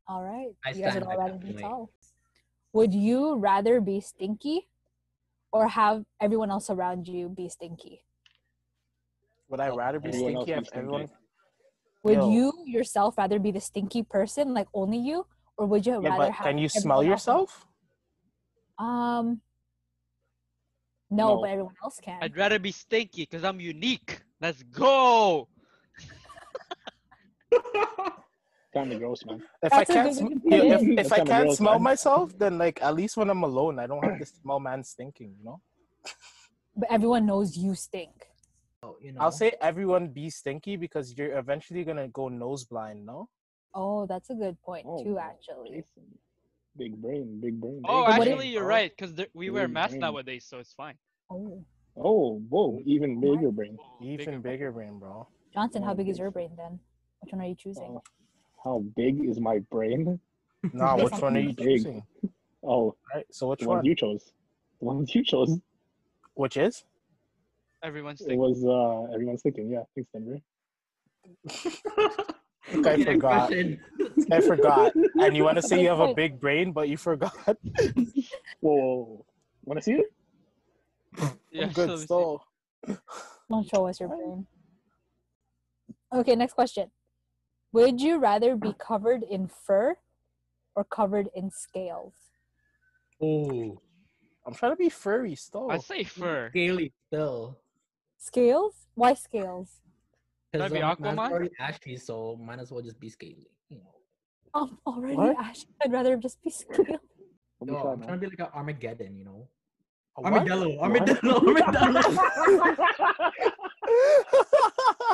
All right.
I
you guys would
stand
all
by
rather
that
be
point.
tall. Would you rather be stinky or have everyone else around you be stinky?
Would I rather be
Everyone
stinky
else
if
be
everyone?
Would
Yo.
you yourself rather be the stinky person, like only you? Or would you
Yeah,
rather
but
have
can you smell
everyone else-
yourself?
Um no,
No.
but everyone else can.
I'd rather be stinky because I'm unique. Let's go.
Oh,
Kind of gross, man.
If
That's
I
a
can't,
good
sm-
way to put
yeah,
it.
if, if
That's
I
kinda
can't
gross,
smell
man.
myself, then like at least when I'm alone, I don't have to smell man stinking. You know,
But everyone knows you stink.
Oh, you know.
I'll say everyone be stinky because you're eventually gonna go nose blind. No,
Oh, that's a good point
Oh,
too,
wow.
actually.
Jason. Big brain, big brain.
Oh,
But what
actually,
if-
you're right because we wear
Mm,
masks
mm.
nowadays, so it's fine.
Oh.
Oh, whoa, even bigger brain.
even bigger brain, bro.
Johnson, how
Oh,
big is
geez.
your brain then? Which one are you choosing?
Oh, how big is my brain?
Nah,
Yes,
which
I'm
one are you
big.
choosing?
Oh,
Right. So which
the one
one?
you chose. The one you chose.
Which is?
Everyone's
It
thinking.
was uh everyone's thinking, yeah, thanks, Denver.
I
Repeat the
forgot.
question.
I forgot. And you want to say
Good
you have a
point.
big brain, but you forgot.
Whoa, whoa, whoa. wanna see it?
Yeah, so
Good
we-
stuff.
Don't show us your brain. Okay, next question. Would you rather be covered in fur or covered in scales?
Oh,
I'm trying to be furry still.
I say fur.
scaly still.
Scales? Why scales?
That'd be
um, mine's
Aquaman?
already ashy, so might as well just be scaly. You know.
I'm Um, already
What?
Ash. I'd rather just be scales.
Let me
Yo,
try,
I'm
man.
trying to be like an Armageddon, you know.
A what?
Armadillo, armadillo, armadillo.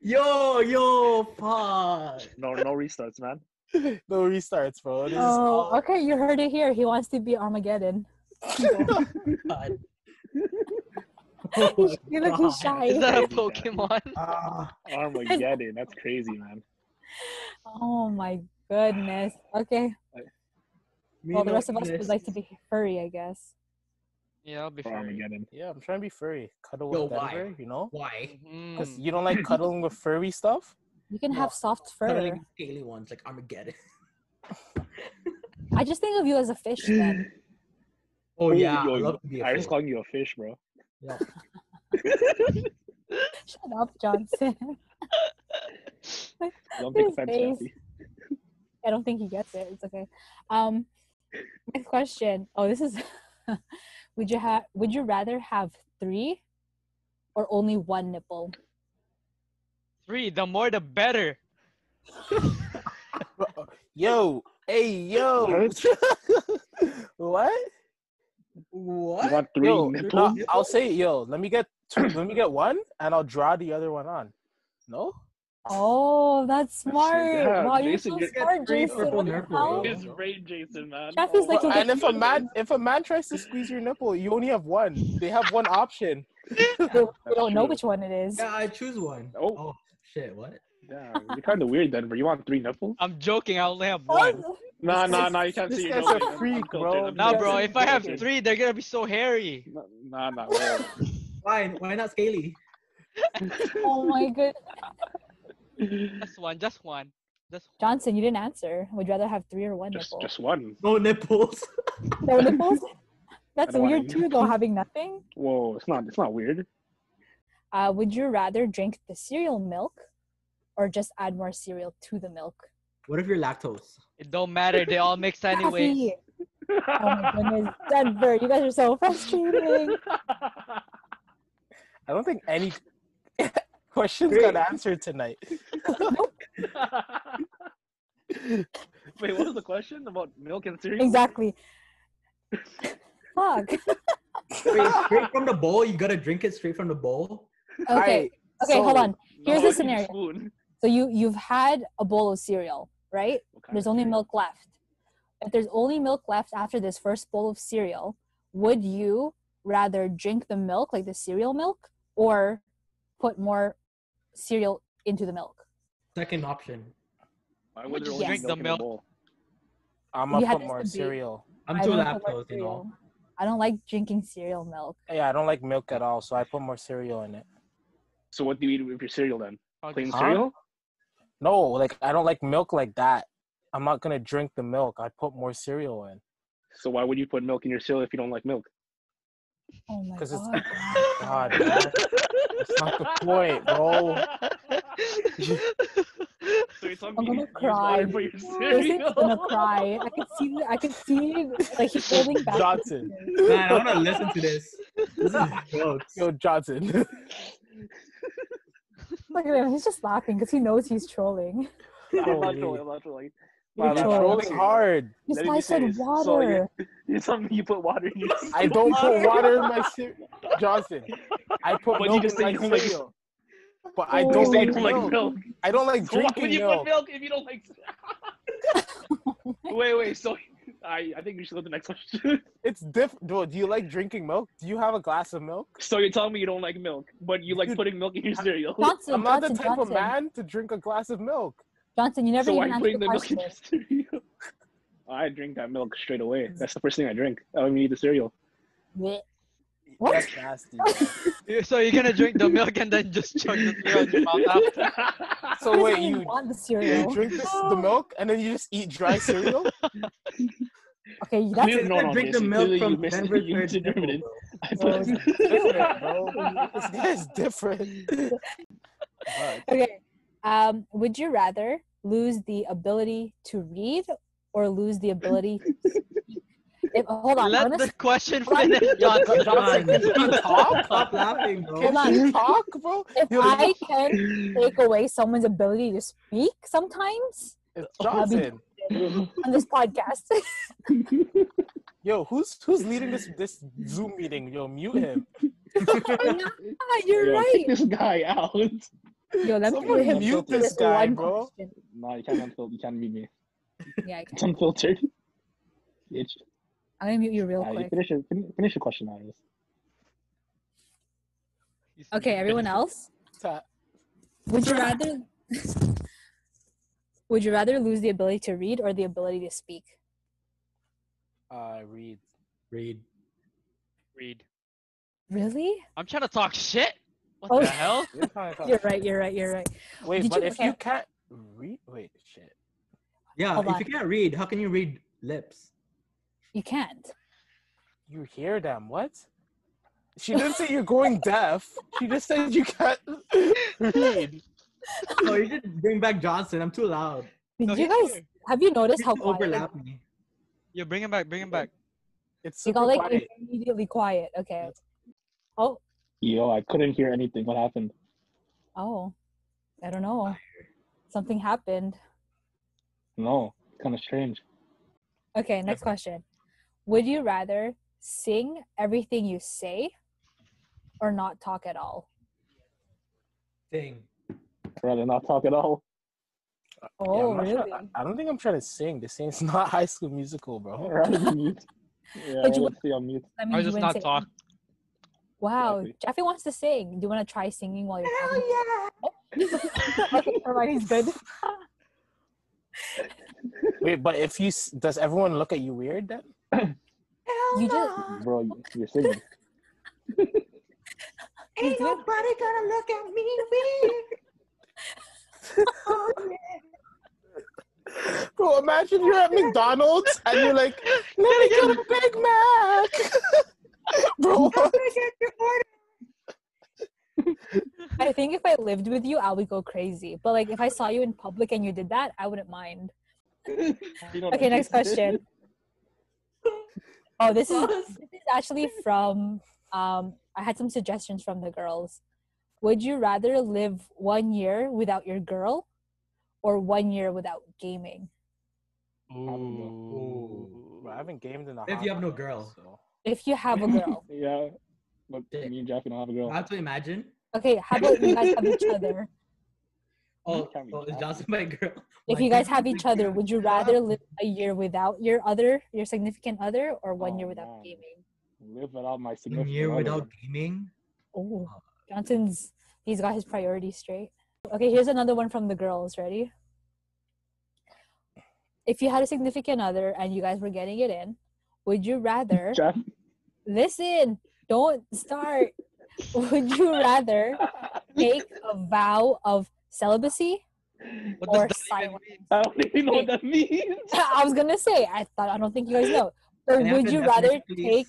yo, yo, fuck.
no, no restarts, man.
no restarts, bro. This is
Oh,
all-
okay. You heard it here. He wants to be Armageddon.
God.
Oh,
you look he's
God.
Is
shy.
that a
Baby back.
Pokemon?
Ah,
Armageddon. That's crazy, man.
Oh my goodness. Okay.
me
Well, the
no
rest of us would
penis.
like to be furry, I guess.
Yeah, I'll be
For
furry.
Armageddon.
Yeah, I'm trying to be furry. Cuddle
Yo,
with
why?
Denver, you know?
Why?
Because
Mm.
you don't like cuddling with furry stuff?
You can
No,
have soft
Kind of
fur.
like scaly ones, like Armageddon.
I just think of you as a fish then.
Oh
Ooh,
yeah,
yo,
I
yo,
love to be a
Iris
fish.
calling you a fish, bro.
Yo,
Shut up, Johnson.
Don't take
His
offense,
face.
Jeffy.
I don't think he gets it. It's okay. Um, next question. Oh, this is. would you have? Would you rather have three, or only one nipple?
Three. The more, the better.
Yo, hey, yo. what?
You
what?
want three
yo,
nipples?
nah, I'll say, yo, let me get two, let me get one and I'll draw the other one on. No?
Oh, that's smart.
yeah,
wow, you're
Jason,
so
you get
smart,
three
Jason.
purple
What the
nipple,
hell?
bro.
It's Rain Jason, man.
Jeffy's like,
Well,
Yo,
and if a
man.
man if a man tries to squeeze your nipple, you only have one. They have one option.
We we
That's
don't know
true.
which one it is.
Yeah, I choose one.
Oh.
oh shit, what?
Yeah, you're kind of weird, Denver. You want three nipples?
I'm joking. I only have
Oh,
one.
Nah,
This
nah,
guy's-
nah. You can't
this
see your
guy's
nipple.
a
I'm
freak,
uncultured,
bro.
I'm
Nah,
Nah, bro.
uncultured.
If I have
Uncultured.
three, they're gonna be so hairy.
Nah, nah. wait, wait.
Why? Why not scaly?
oh my good.
Just one. Just one. Just one.
Johnson, you didn't answer. Would you rather have three or one
Just,
nipple?
just one.
No nipples.
No nipples. That's
don't want
weird
any
too, though, having nothing.
Whoa, it's not, it's not weird.
Uh, would you rather drink the cereal milk, or just add more cereal to the milk?
What if you're lactose?
It don't matter. They all mix anyways.
Coffee. Oh my goodness, Denver, you guys are so frustrating.
I don't think any questions got answered tonight.
Wait, what was the question about milk and cereal?
Exactly. Fuck.
Wait, straight from the bowl? You gotta drink it straight from the bowl?
Okay. Okay, hold
so-
on. Here's the
No,
scenario.
spoon.
So you you've had a bowl of cereal, right?
What kind
There's
of
only
cereal?
milk left. If there's only milk left after this first bowl of cereal, would you rather drink the milk, like the cereal milk, or put more cereal into the milk?
Second option.
Why
would
would
you
there only
drink
be
the
milk in
milk?
a bowl?
I'm
You
gonna
had
put
this
more
debate.
cereal.
I'm
I
too
wanna put more
lactose, you know.
cereal. I don't like drinking cereal milk.
Yeah, I don't like milk at all, so I put more cereal in it.
So what do you eat with your cereal then?
I'll
Plain
just-
Huh?
cereal?
No, like I don't like milk like that. I'm not gonna drink the milk. I put more cereal in
So why would you put milk in your cereal if you don't like milk?
Oh my
because it's
god.
God. man. That's not the point, bro.
So it's on
I'm gonna
you. Use
cry.
water for your
Jason's
cereal.
gonna cry. I could see. I could see. Like he's holding back.
Johnson,
Man, I wanna listen to this. This is jokes.
yo, Johnson.
Look at him. He's just laughing because he knows he's trolling.
I'm not
Holy.
trolling. I'm not trolling.
You're
Wow, that's
trolling.
Rolling hard.
This
Let me
guy
be
said
serious. So you-
water.
It's something you put water in. Your
I don't put water in my cereal, Johnson. I put
But you
milk
just say
in my
you don't like-
cereal, but I
You
You
don't
say you
like
don't like
milk.
milk.
I don't like
So why would
drinking
you put
milk.
milk if you don't like? wait, wait. So I, I think we should go to the next question.
It's different. Do you like drinking milk? Do you have a glass of milk?
so you're telling me you don't like milk, but you like
Dude,
putting milk in your cereal.
Johnson,
I'm not the
Johnson,
type of
Johnson.
man to drink a glass of milk.
Johnson, you never
so why
even
are you
answered
putting
the
the milk in
question.
your cereal? I drink that milk straight away. That's the first thing I drink. I don't even eat the cereal.
Blech. What?
That's nasty. bro.
Yeah, So you're gonna drink the milk and then just chug the cereal in your mouth after?
He
so
doesn't
wait,
even
you
want the
you
cereal.
drink this, the milk and then you just eat dry cereal?
Okay, that's
Clearly- no, no,
drink the
Jason,
milk
clearly you
from
missed it.
Denver
You
third nipple,
misinterpreted.
bro.
I
Bro,
put-
it's
different, bro. This guy is different. But
okay. Um, would you rather lose the ability to read or lose the ability to speak? If, hold on. I
Let
wanna
the question
Why-
finish, Johnson.
Johnson,
you talk?
Stop laughing, bro.
Hold on.
Can you talk, bro?
if
Yo,
I can take away someone's ability to speak sometimes
It's
I'll be-
Johnson.
on this podcast,
Yo, who's who's leading this this Zoom meeting? Yo, mute him.
Ah, you're
Yo,
right.
Kick this guy out.
Yo, let me
Somebody
him
mute
do
this guy,
one
bro.
question.
no, you can't unfilter. You can't mute me.
Yeah, I
It's
can.
unfiltered. Bitch.
I'm gonna mute you real
Nah, you
quick.
finish it. Finish, finish your question, Iris.
Okay, everyone else.
Ta-
Would you rather Would you rather lose the ability to read or the ability to speak?
Uh, read.
Read.
Read.
Really?
I'm trying to talk shit. What
Oh.
the hell?
You're kinda talking-
You're right, you're right, you're right.
Wait,
Did
but
you-
if
okay.
you can't read, wait, shit.
Yeah,
Hold
if
on.
you can't read, how can you read lips?
You can't.
You hear them? What? She didn't say you're going deaf. She just said you can't read.
No, you should bring back Johnson. I'm too loud.
Did
No,
you
he's
guys
here.
have you noticed
You
how
should
quiet
overlap me.
Yo, bring him back. Bring him back.
It's
they
super
got like
quiet.
immediately quiet. Okay. Oh
Yo, I couldn't hear anything. What happened?
oh. I don't know. Something happened.
No, kind of strange.
Okay, next question. Would you rather sing everything you say or not talk at all?
Thing.
I'd rather not talk at all.
Yeah,
Oh
I'm not
really?
trying- I don't think I'm trying to sing. This thing's not High School Musical,
I'd
bro.
rather be mute. Yeah,
But you
let's stay on mute.
I
I was
you
just
wouldn't
not
say-
talk.
Wow,
Exactly.
Jeffy wants to sing. Do you want to try singing while you're talking? yeah! okay, all right, he's good.
Wait, but if you s- does everyone look at you weird then?
You just
Bro, you- you're singing.
he's doing,
Bro, imagine you're at McDonald's and you're like, let me get a Big Mac. bro,
I think if I lived with you, I would go crazy. But like if I saw you in public and you did that, I wouldn't mind.
You know what
Okay,
I mean?
next question. Oh, this is this is actually from um I had some suggestions from the girls. Would you rather live one year without your girl or one year without gaming?
Ooh.
Bro, I haven't gamed in a
If
hot
you have no
minute,
girl.
so-
If you have a girl.
Yeah, but
Dick.
me and Jaffe don't have a girl.
I have to imagine.
Okay, how about you guys have each other?
Oh,
Can't be
oh is
Johnson.
Johnson my girl?
If
My
you guys
girl.
have each other, would you rather live a year without your other, your significant other, or one
Oh,
year without
man.
gaming?
Live without my
One
significant
year
other.
without gaming?
Oh, Johnson's, he's got his priorities straight. Okay, here's another one from the girls. Ready? If you had a significant other and you guys were getting it in, would you rather
Jeff,
listen? Don't start. Would you rather take a vow of celibacy
What
or
does that even
silence?
mean?
I don't even know what that means.
I was gonna say I thought I don't think you guys know. So
Can I have
would
the
you rather
definition, please?
take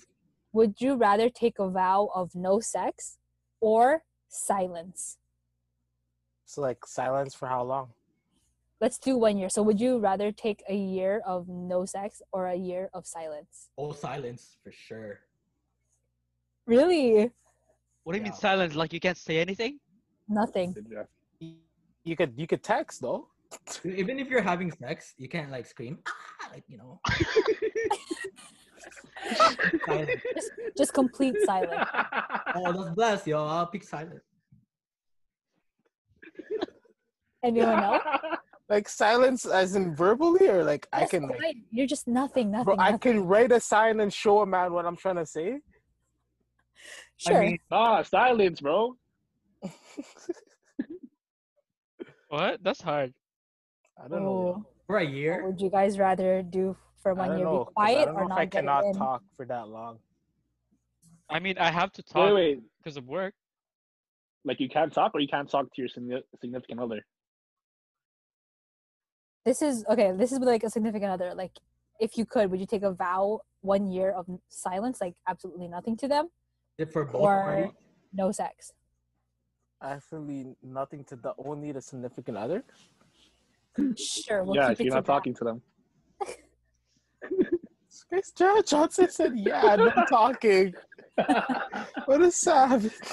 would you rather take a vow of no sex or silence?
So like silence for how long?
Let's do one year. So would you rather take a year of no sex or a year of silence?
Oh, silence for sure.
Really?
What do you mean silence? Like you can't say anything?
Nothing.
Jeff.
You could you could text though.
Even if you're having sex, you can't like scream. Ah, like you know. silence.
Just complete silence.
Oh, that's blessed, yo. I'll pick silence.
Anyone else?
Like silence as in verbally or like I
That's
can like,
fine. You're just nothing, nothing.
bro, I
nothing.
can write a sign and show a man what I'm trying to say.
Sure.
mean-
Nah, silence, bro.
What? That's hard.
I don't know. yo.
Oh,
For a
what
year.
would you guys rather do for
I
one
don't
year? Be
know. 'cause I
quiet
don't know
or
if
not
I
get it
cannot
in?
talk for that long.
I mean, I have to
Wait,
talk
wait.
because of work.
Like you can't talk, or you can't talk to your signi- significant other.
this is okay this is with, like a significant other like if you could would you take a vow one year of silence like absolutely nothing to them
Is it for both
Or-
parties?
no sex
actually nothing to the only the significant other?
Sure, we'll
yeah,
keep
if
it
you're
to
not
that.
talking to them.
Chris John Johnson said, "Yeah, no talking." what a savage!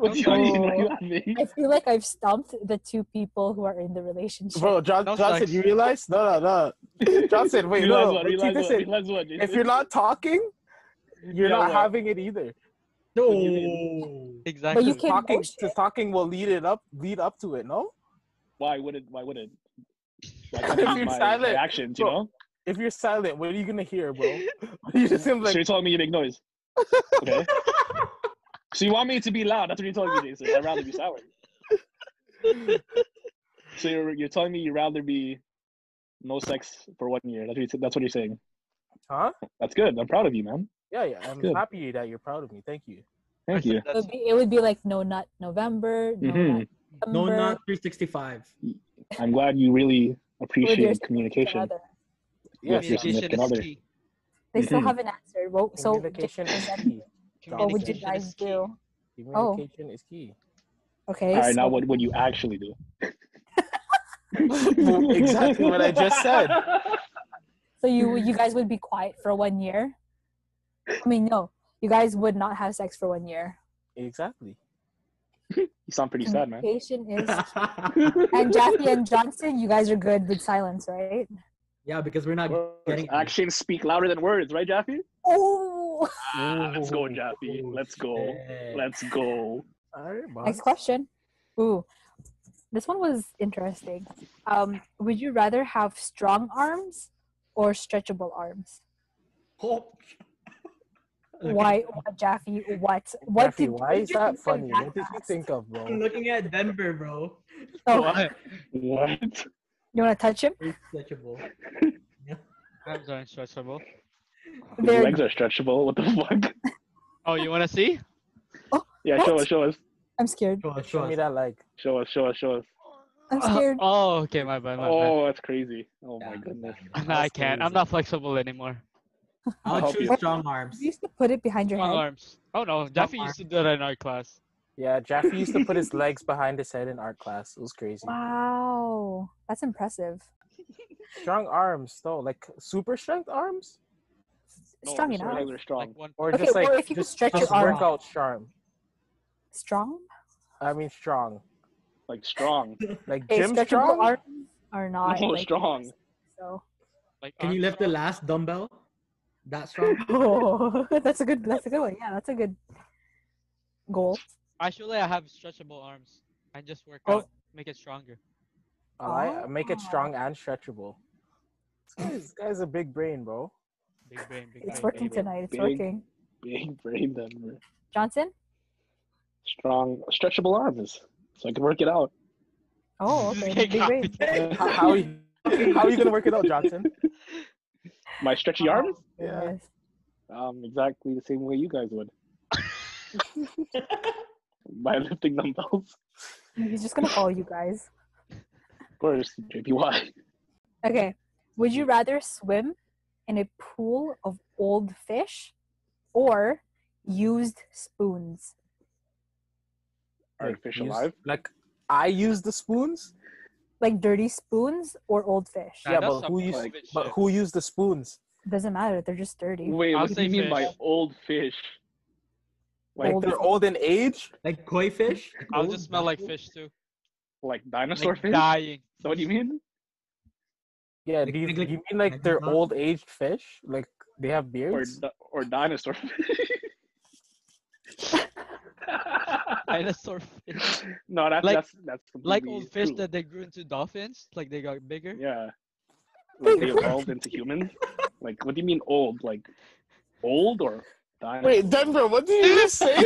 What do you mean? You have me?
I feel like I've stumped the two people who are in the relationship.
Bro, John
That
Johnson,
sucks.
you realize? No, no, no. Johnson, wait,
Realize
no, no.
what,
Wait,
realize
this
what,
in.
realize what,
If you're not talking, you're
Yeah,
not
what?
having it either.
What do you mean?
Exactly.
But you can
talking,
bullshit.
just talking will lead it up, lead up to it. No,
Why would it? Why would it? Why
If
can't it be
you're
my, my
silent,
actions, you
bro,
know?
if you're silent, what are you gonna hear, bro? You just gonna be
so
like,
you're telling me you make noise. Okay. so you want me to be loud? That's what you're telling me, Jason. I'd rather be silent. so you're you're telling me you'd rather be no sex for one year. That's what you're, that's what you're saying.
huh?
That's good. I'm proud of you, man.
Yeah, yeah. I'm
Good.
happy that you're proud of me. Thank you.
Thank you.
It would be, it would be like no nut November, no
Mhm.
nut
No,
December,
not 365.
I'm glad you really appreciate
significant
communication.
other.
Yeah,
Yes, your
Communication
significant
is
other.
key.
They still
Mhm.
haven't answered. Well, so
communication is key.
what would you
Communication
is
guys
key.
do? Oh.
Communication is key.
Okay.
All right, now
so-
what would you actually do?
Well, exactly what I just said.
So you you guys would be quiet for one year. I mean, no, you guys would not have sex for one year.
Exactly.
You sound pretty sad, man.
Communication is. and Jaffe and Johnson, you guys are good with silence, right?
yeah, because we're not
Words.
getting
Actions speak louder than words, right, Jaffe?
Oh.
Ah, let's go, Jaffe.
Oh,
Let's go.
shit.
Let's go.
All right, boss.
Next question. Ooh, this one was interesting. Um, would you rather have strong arms or stretchable arms?
Oh. Okay.
Why, what, Jaffe? What? What
Jeffy,
did?
why is
you think
that
of
funny?
that
What did you
fast?
think of,
I'm
bro?
looking at Denver, bro.
Oh,
What?
you want to touch him?
It's stretchable.
Arms are unstretchable.
His
They're-
legs are stretchable. What the fuck?
Oh, you want to see?
Yeah, show
What?
us, show us,
I'm scared.
Show us, show
Show me
us.
that, like,
show us, show us, show us.
I'm
Uh,
scared.
Oh, okay, my bad, my bad.
Oh, that's crazy. Oh my
Yeah.
goodness.
No, I
that's
can't. I'm
crazy.
not flexible anymore.
I'll
I'll
help
choose
you.
strong arms.
You used to put it behind your
uh,
Strong
head.
arms. Oh no, Jaffe used to do that in our class.
yeah, Jeffy used to put his legs behind his head in art class. It was crazy.
Wow, that's impressive.
Strong arms, though, like super strength arms,
No,
strong
his
enough.
legs are strong.
Like one.
or
Okay,
just like
well, if you could
just
stretch your
just
arm,
workout charm.
strong.
I mean, strong,
Like strong.
like
Okay,
gym
stretchable
strong.
arms are not
No,
like,
strong.
So
Like
Can you
arms
lift the
strong.
last dumbbell? That strong?
oh, that's a good. That's a good one. Yeah, that's a good goal.
Actually, I have stretchable arms. I just work
Oh.
out, make it stronger.
All right, Oh, make
Oh.
it strong and stretchable. This guy's, this guy's a big brain, bro.
Big brain, big
It's
brain.
working
big-
tonight. It's
big.
working.
Big brain Denver.
Johnson.
Strong stretchable arms. So I can work it out.
Oh,
This is
okay.
getting
Big brain.
complicated.
How, how, are you, how are you gonna work it out, Johnson?
My stretchy
Uh-huh.
arms?
Yeah.
Oh, Yes.
Um, exactly the same way you guys would. By lifting dumbbells.
He's just gonna follow you guys.
Of course, JPY.
Okay. Would you rather swim in a pool of old fish or used spoons?
Are
Like,
fish
use-
alive?
Like I use the spoons.
Like dirty spoons or old fish?
Nah,
yeah,
that's
but who
some
used?
stupid
But
shit.
who used the spoons?
Doesn't matter. They're just dirty.
Wait,
I'll
what do
say
you mean by
fish.
old fish?
Like
Old-
they're old in age.
Like koi fish? Like
I'll
old
just smell like
black-
fish too.
Like dinosaur
like
fish?
dying.
So what do you mean?
Yeah,
Like-
do you,
like- like-
you mean like
like
they're
not-
old aged fish? Like they have
Or
beards?
di- or dinosaur fish?
Dinosaur fish.
no, that's
Like-
that's that's
Like
completely
old fish
true.
that they grew into dolphins, like they got bigger.
yeah, like they evolved into humans. Like, what do you mean old? Like old or dinosaur?
Wait, Denver, what do you just say?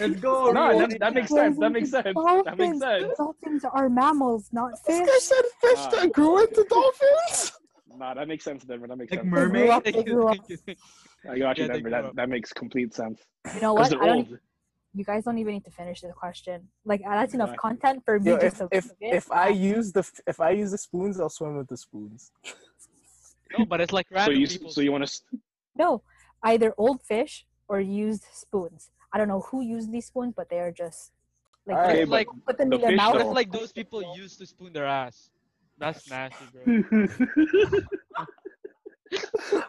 Let's go.
no,
Rio.
that, that makes sense. That makes sense. That makes
Dolphins.
sense.
Dolphins are mammals, not fish.
this guy said fish
Ah.
that grew into dolphins.
Nah, that makes sense, Denver. That makes
Like
sense.
They grew
mermaid?
up. They grew up.
I got you,
Yeah, they
Denver.
grew
That,
up.
that makes complete sense.
You know
Because
what?
they're
I don't e-
old.
you guys don't even need to finish this question. Like uh, that's enough
Exactly.
content for me.
Yo,
just
if
to
if,
look at.
if I use the f- if I use the spoons, I'll swim with the spoons.
No, but it's like
So
random
you
people.
so you want to?
no, either old fish or used spoons. I don't know who used these spoons, but they are just like,
Alright,
That's
but
like
put them
the
in your
fish
mouth.
though.
that's like those people used to spoon their ass. That's nasty, bro.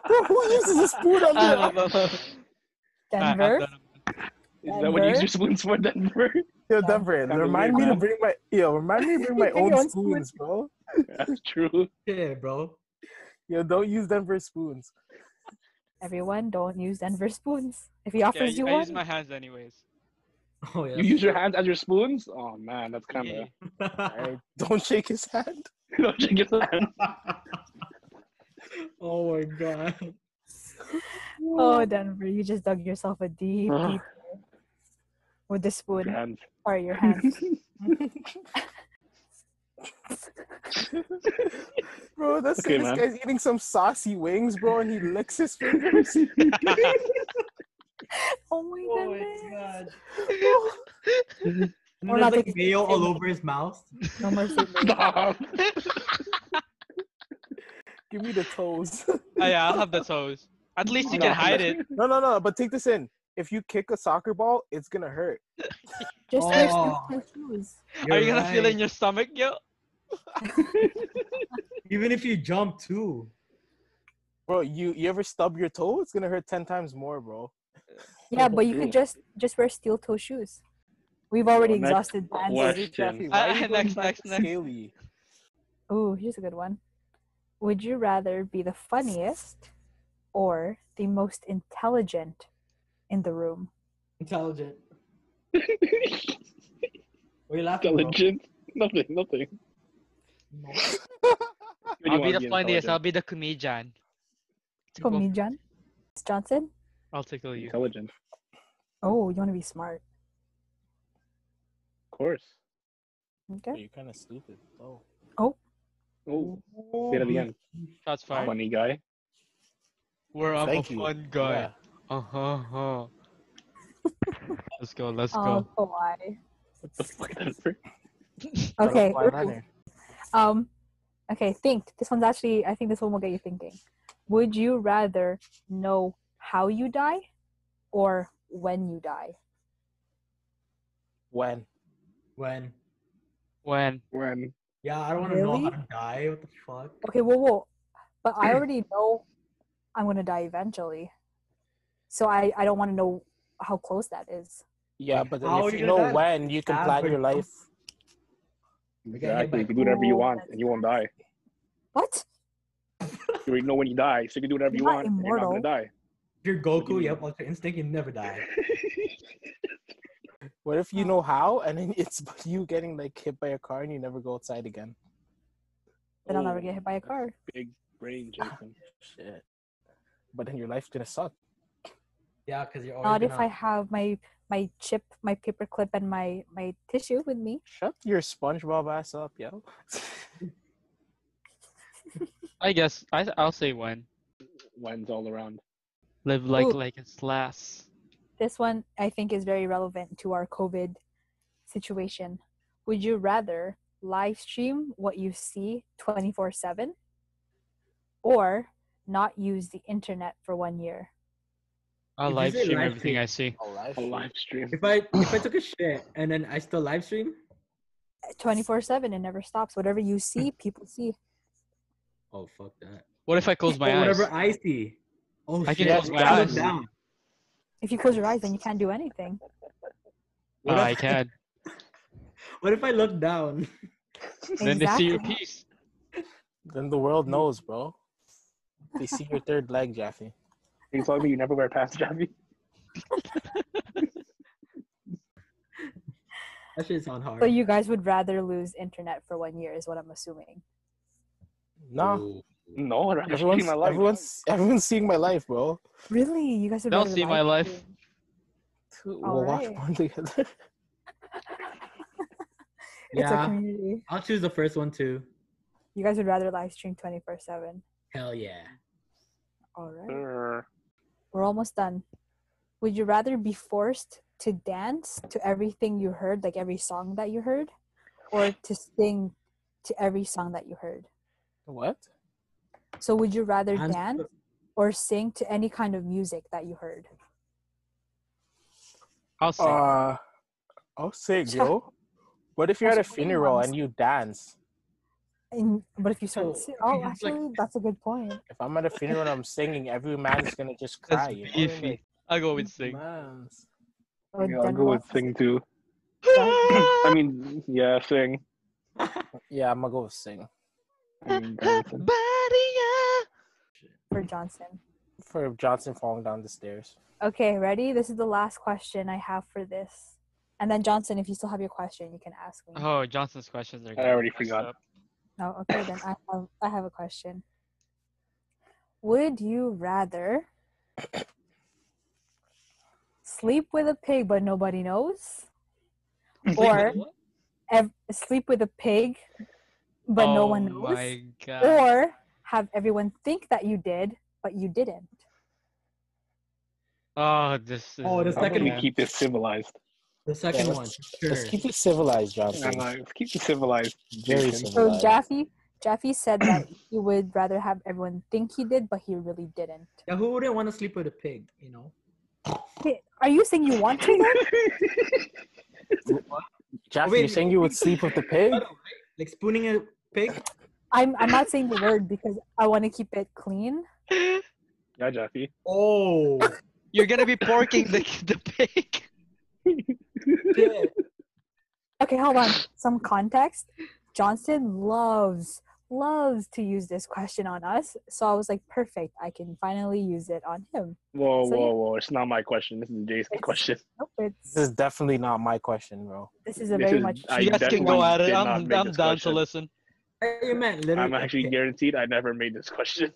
Bro, who uses a spoon on
I
their
don't know. I- I've
Denver.
done it.
Is that what you use
Denver?
your spoons for, Denver?
Yo, Denver, remind me to bring my yo, remind me to bring my
Bring your
own
own spoon.
spoons, bro.
That's true.
Yeah, bro.
Yo, don't use Denver spoons.
Everyone, don't use Denver spoons. If he
Yeah,
offers you
I
one,
use my hands anyways.
Oh yeah.
You use your hands as your spoons? Oh man, that's kind
Yeah.
of.
Alright, don't shake his hand.
Don't shake your hand.
oh my god.
oh Denver, you just dug yourself a deep,
Ah.
deep hole with the
Your
spoon.
hands.
Sorry, your hand.
Bro, that's
Okay,
this
man.
guy's eating some saucy wings, bro, and he licks his fingers.
Oh my
Oh my
goodness.
god.
Mhm.
and
We're
there's
not
like
taking-
mayo all over his mouth.
No mercy.
Stop.
Give me the toes.
Ah, yeah, I'll have the toes. At least you
No.
can hide it.
no, no, no, but take this in. If you kick a soccer ball, it's gonna hurt.
Just wear
Oh.
sneaker shoes.
Are you gonna feel it in
right.
your stomach, yo?
Even if you jump too.
Bro, you you ever stub your toe? It's gonna hurt ten times more, bro.
Yeah, but you could
Mm.
just just wear steel toe shoes. We've already
next
exhausted Dan's.
question.
Jeffy, why are you
Uh,
going
next,
back
next,
to
next.
Scaly?
Ooh, here's a good one. Would you rather be the funniest or the most intelligent in the room?
Intelligent. What are you laughing bro?
Intelligent. Nothing. Nothing.
No.
Really
I'll be the
wanna
funniest.
intelligent.
I'll be the comedian. Go-
Comedian? Johnson?
I'll tickle you.
Intelligent.
Oh, you want to be smart.
Of course.
Bro,
Okay.
you're kind of stupid. Oh,
Oh, say that again.
Shots fired.
Funny guy.
Where I'm
Thank
a
you.
fun guy.
Yeah.
Uh huh. huh. let's go. Let's
Oh,
Uh-huh.
go.
Kawhi.
What the fuck? Denver?
Shout out
Okay.
Kawhi Leonard.
Um, okay, think. This one's actually, I think this one will get you thinking. Would you rather know how you die or when you die?
When?
When?
When?
When?
Yeah, I don't want to know how
Really?
to die. What the fuck?
Okay, whoa, whoa. But I already know I'm going to die eventually. So I, I don't want to know how close that is.
Yeah, but then
how
if
are
you
you
know
gonna die?
when, you can
Ah,
plan
but-
your life.
get hit by
Exactly. You can do whatever you
cool.
want and you won't die.
What?
You already know when you die, so you can do whatever you
You're not
want and you're not gonna die.
If you're Goku,
mean?
you have Ultra Instinct, you never die.
What if you know how, and then it's you getting like hit by a car and you never go outside again?
Then I'll never
Oh,
get hit by a car.
Big brain, Jason.
Shit. But then your life's gonna suck.
Yeah, because you're always
Not if
gonna...
I have my my chip, my paper clip, and my my tissue with me.
Shut your SpongeBob ass up, yo.
I guess I I'll say when.
When's all around.
Live like
Ooh.
like it's last.
This one I think is very relevant to our COVID situation. Would you rather live stream what you see 24 7 or not use the internet for one year?
Did
I'll
you
live
say
stream
live
everything
stream?
Oh, I see.
A live
A
stream.
live stream.
If I if I took a shit and then I still live stream,
24 7, it never stops. Whatever you see, people see.
oh fuck that.
What if I close my
Or
eyes?
whatever I see. Oh
I can
shit.
close my
I look
eyes.
down.
If you close your eyes, then you can't do anything.
Oh,
What
I
if-
can.
What if I look down?
Then they see your
Exactly.
piece.
Then the world knows, bro. They see your third leg, Jaffe.
You told me you never wear pants, Javi.
That shit sound hard.
So you guys would rather lose internet for one year, is what I'm assuming.
Nah.
No, I'd rather
Everyone's,
stream my life.
everyone's, everyone's seeing my life, bro.
Really? You guys would
They'll
rather
see my
live
life.
stream?
We'll
All
watch
right.
porn together.
It's a
Yeah.
community.
I'll choose the first one too.
You guys would rather live stream 24 7.
Hell yeah.
All right.
Err.
We're almost done. Would you rather be forced to dance to everything you heard, like every song that you heard, or to sing to every song that you heard?
What?
So, would you rather
Dance-
dance or sing to any kind of music that you heard?
Oh,
How sick.
Uh, I'll say, bro. What if you're at a
Also, what do you
funeral
want?
and you dance?
And, but if you start,
So,
si- oh,
it's like-
actually, that's a good point.
If I'm at a funeral and I'm singing, every man's gonna just
That's
cry. You know?
beefy.
Like,
I'll go with sing.
man's.
Or
Yeah, I'll
then
go
what?
with sing too. I mean, yeah, sing.
Yeah, I'm gonna go with sing.
I mean, dancing.
for Johnson.
For Johnson falling down the stairs.
Okay, ready? This is the last question I have for this. And then Johnson, if you still have your question, you can ask me.
Oh, Johnson's questions are.
I already
gonna be messed
forgot.
up.
No, okay, then I have I have a question. Would you rather sleep with a pig but nobody knows, or ev- sleep with a pig but no one
Oh
knows,
my god.
or have everyone think that you did but you didn't?
Oh, this is.
Oh, the
How
second
can we
one.
keep it civilized?
The second
let's-
one, sure.
Let's keep it civilized,
I'm
Johnson.
like, let's keep it civilized.
Very
Jason.
So
civilized.
Jaffe, Jaffe said that he would rather have everyone think he did, but he really didn't.
Yeah, who wouldn't want to sleep with a pig? You know.
Okay, Are you saying you want to? Then?
Jeff,
Oh, wait,
you're saying you would sleep with the pig?
Like spooning a pig.
I'm I'm not saying the word because I want to keep it clean.
Yeah, Jeffy.
Oh,
You're gonna be porking the the pig.
shit.
Okay, hold on. Some context. Johnson loves loves to use this question on us, so I was like, perfect. I can finally use it on him.
Whoa,
So, yeah.
whoa, whoa. It's not my question. This is Jason's
It's-
question.
Nope, it's
This is definitely not my question, bro.
this is a
this
very
is-
much.
I
you guys can
definitely
go at it.
did not
I'm,
make
I'm
this
down to
question.
listen.
Hey, man, literally.
I'm actually
okay.
guaranteed I never made this question.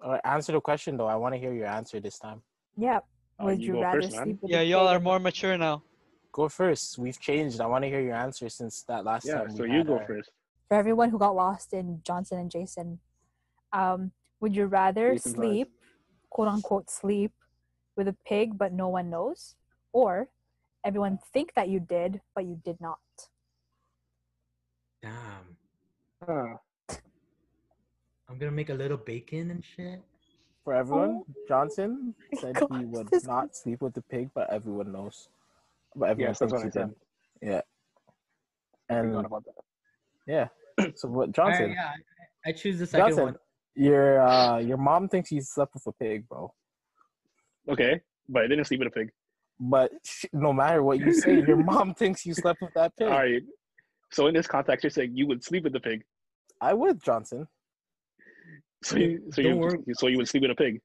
All right, Uh, answer the question though. I want to hear your answer this time.
Yeah.
Uh,
Would
you
you
go
rather
first, man.
sleep with
Yeah,
a
y'all
pig
are more mature now.
Go first. We've changed. I want to hear your answer since that last
Yeah,
time. we
so you
had
go
our-
first.
for everyone who got lost in Johnson and Jason, um, would you rather
Jason's eyes.
sleep, quote unquote, sleep with a pig but no one knows, or everyone think that you did but you did not?
Damn,
Huh.
I'm gonna make a little bacon and shit.
For everyone, Johnson said
God,
he would
this-
not sleep with the pig, but everyone knows. But everyone
Yes, that's
thinks
what
he
I said.
did. Yeah.
I forgot
And
about that.
so what,
All right,
Johnson?
yeah, I, I choose the second
Johnson,
one.
your uh, your mom thinks you slept with a pig, bro.
Okay, but I didn't sleep with a pig.
But sh- no matter what you say, your mom thinks you slept with that pig.
All right. So in this context, you're saying you would sleep with the pig.
I would, Johnson.
So you, so you,
Don't worry.
so you would sleep with a pig.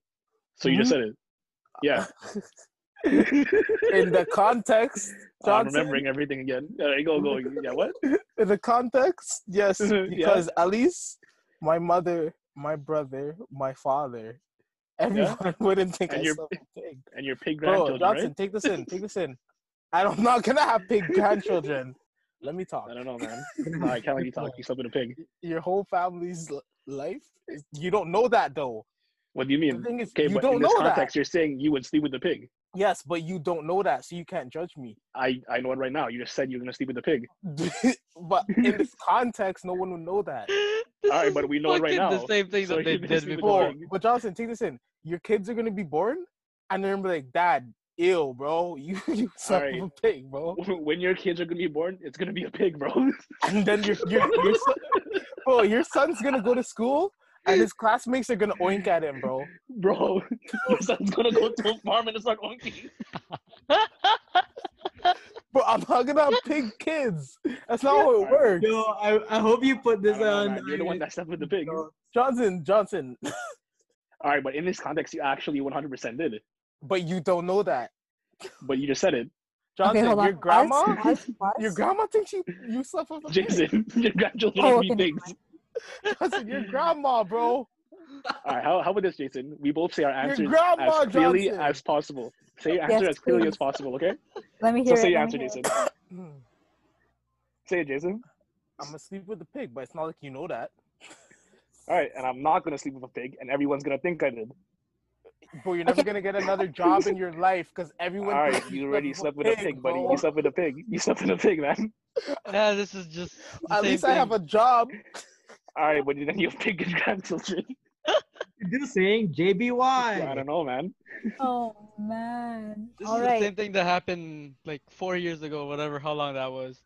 So you just
Mhm.
said it. Yeah. Oh,
In the context,
I'm
Johnson.
remembering everything again. All right, go, go. Yeah, what?
in the context, yes,
Yeah.
because at least my mother, my brother, my father, everyone wouldn't think
And
I
your-
slept with pig.
And your pig
Bro,
grandchildren,
Johnson,
right?
take this in, take this in. I don't- I'm not gonna have pig grandchildren. Let me talk.
I don't know, man. All right, can't let you talk. You slept with a pig.
Your whole family's l- life, is, you don't know that though.
What do you
The
mean?
thing is,
Okay,
you
but
don't
in this
know
context,
that.
you're saying you would sleep with the pig.
Yes, but you don't know that, so you can't judge me.
I, I know it right now. You just said you're gonna sleep with the pig.
but in this context, no one would know that.
All
right, but we know it right
The
now.
same thing
So
that they
you
did
basically
before.
Bro,
Boring.
but Johnson, take this in. Your kids are gonna be born, and they're gonna be like, "Dad, ill, bro. You you son
Alright.
of a pig, bro."
when your kids are gonna be born, it's gonna be a pig, bro.
And then your your your son, bro, your son's gonna go to school, and his classmates are gonna oink at him, bro.
bro, your son's gonna go to a farm and start oinking.
Bro, I'm not gonna have pig kids. That's not how it
Alright.
works.
Yo, I, I hope you put
I
this
don't know,
on. uh,
man. You're the one that slept with the pig.
Yo,
Johnson, Johnson,
All right, but in this context, you actually 100% did it.
but you don't know that.
But you just said it,
Johnson,
hold on.
your grandma,
Pause, pause, pause.
your grandma thinks you you slept with a pig.
Jason. Your grandchildren
Oh,
are
okay,
gonna be
never
pigs.
Johnson, your grandma, bro.
All right, how, how about this, Jason? We both say our answers
grandma,
as clearly
Johnson.
as possible. Say your answer
Yes,
as clearly
please.
as possible, okay?
Let me
So
hear
say
it.
your
let me
answer,
hear it.
Jason.
I'm
Say it, Jason.
gonna Hmm, sleep with the pig, but it's not like you know that.
All right, and I'm not gonna sleep with a pig, and everyone's gonna think I did.
Bro, you're never
Okay.
gonna get another job in your life because everyone.
All right,
thinks
you already slept with a pig, buddy.
bro.
You slept with a pig. You slept with a pig, man.
Yeah, this is just. the
At
same
least I have
thing.
a job.
All right, but then you have pig and grandchildren.
Introducing
I
JBY.
don't know, man.
Oh man.
This
All
is the same
right.
thing that happened like four years ago, whatever, how long that was.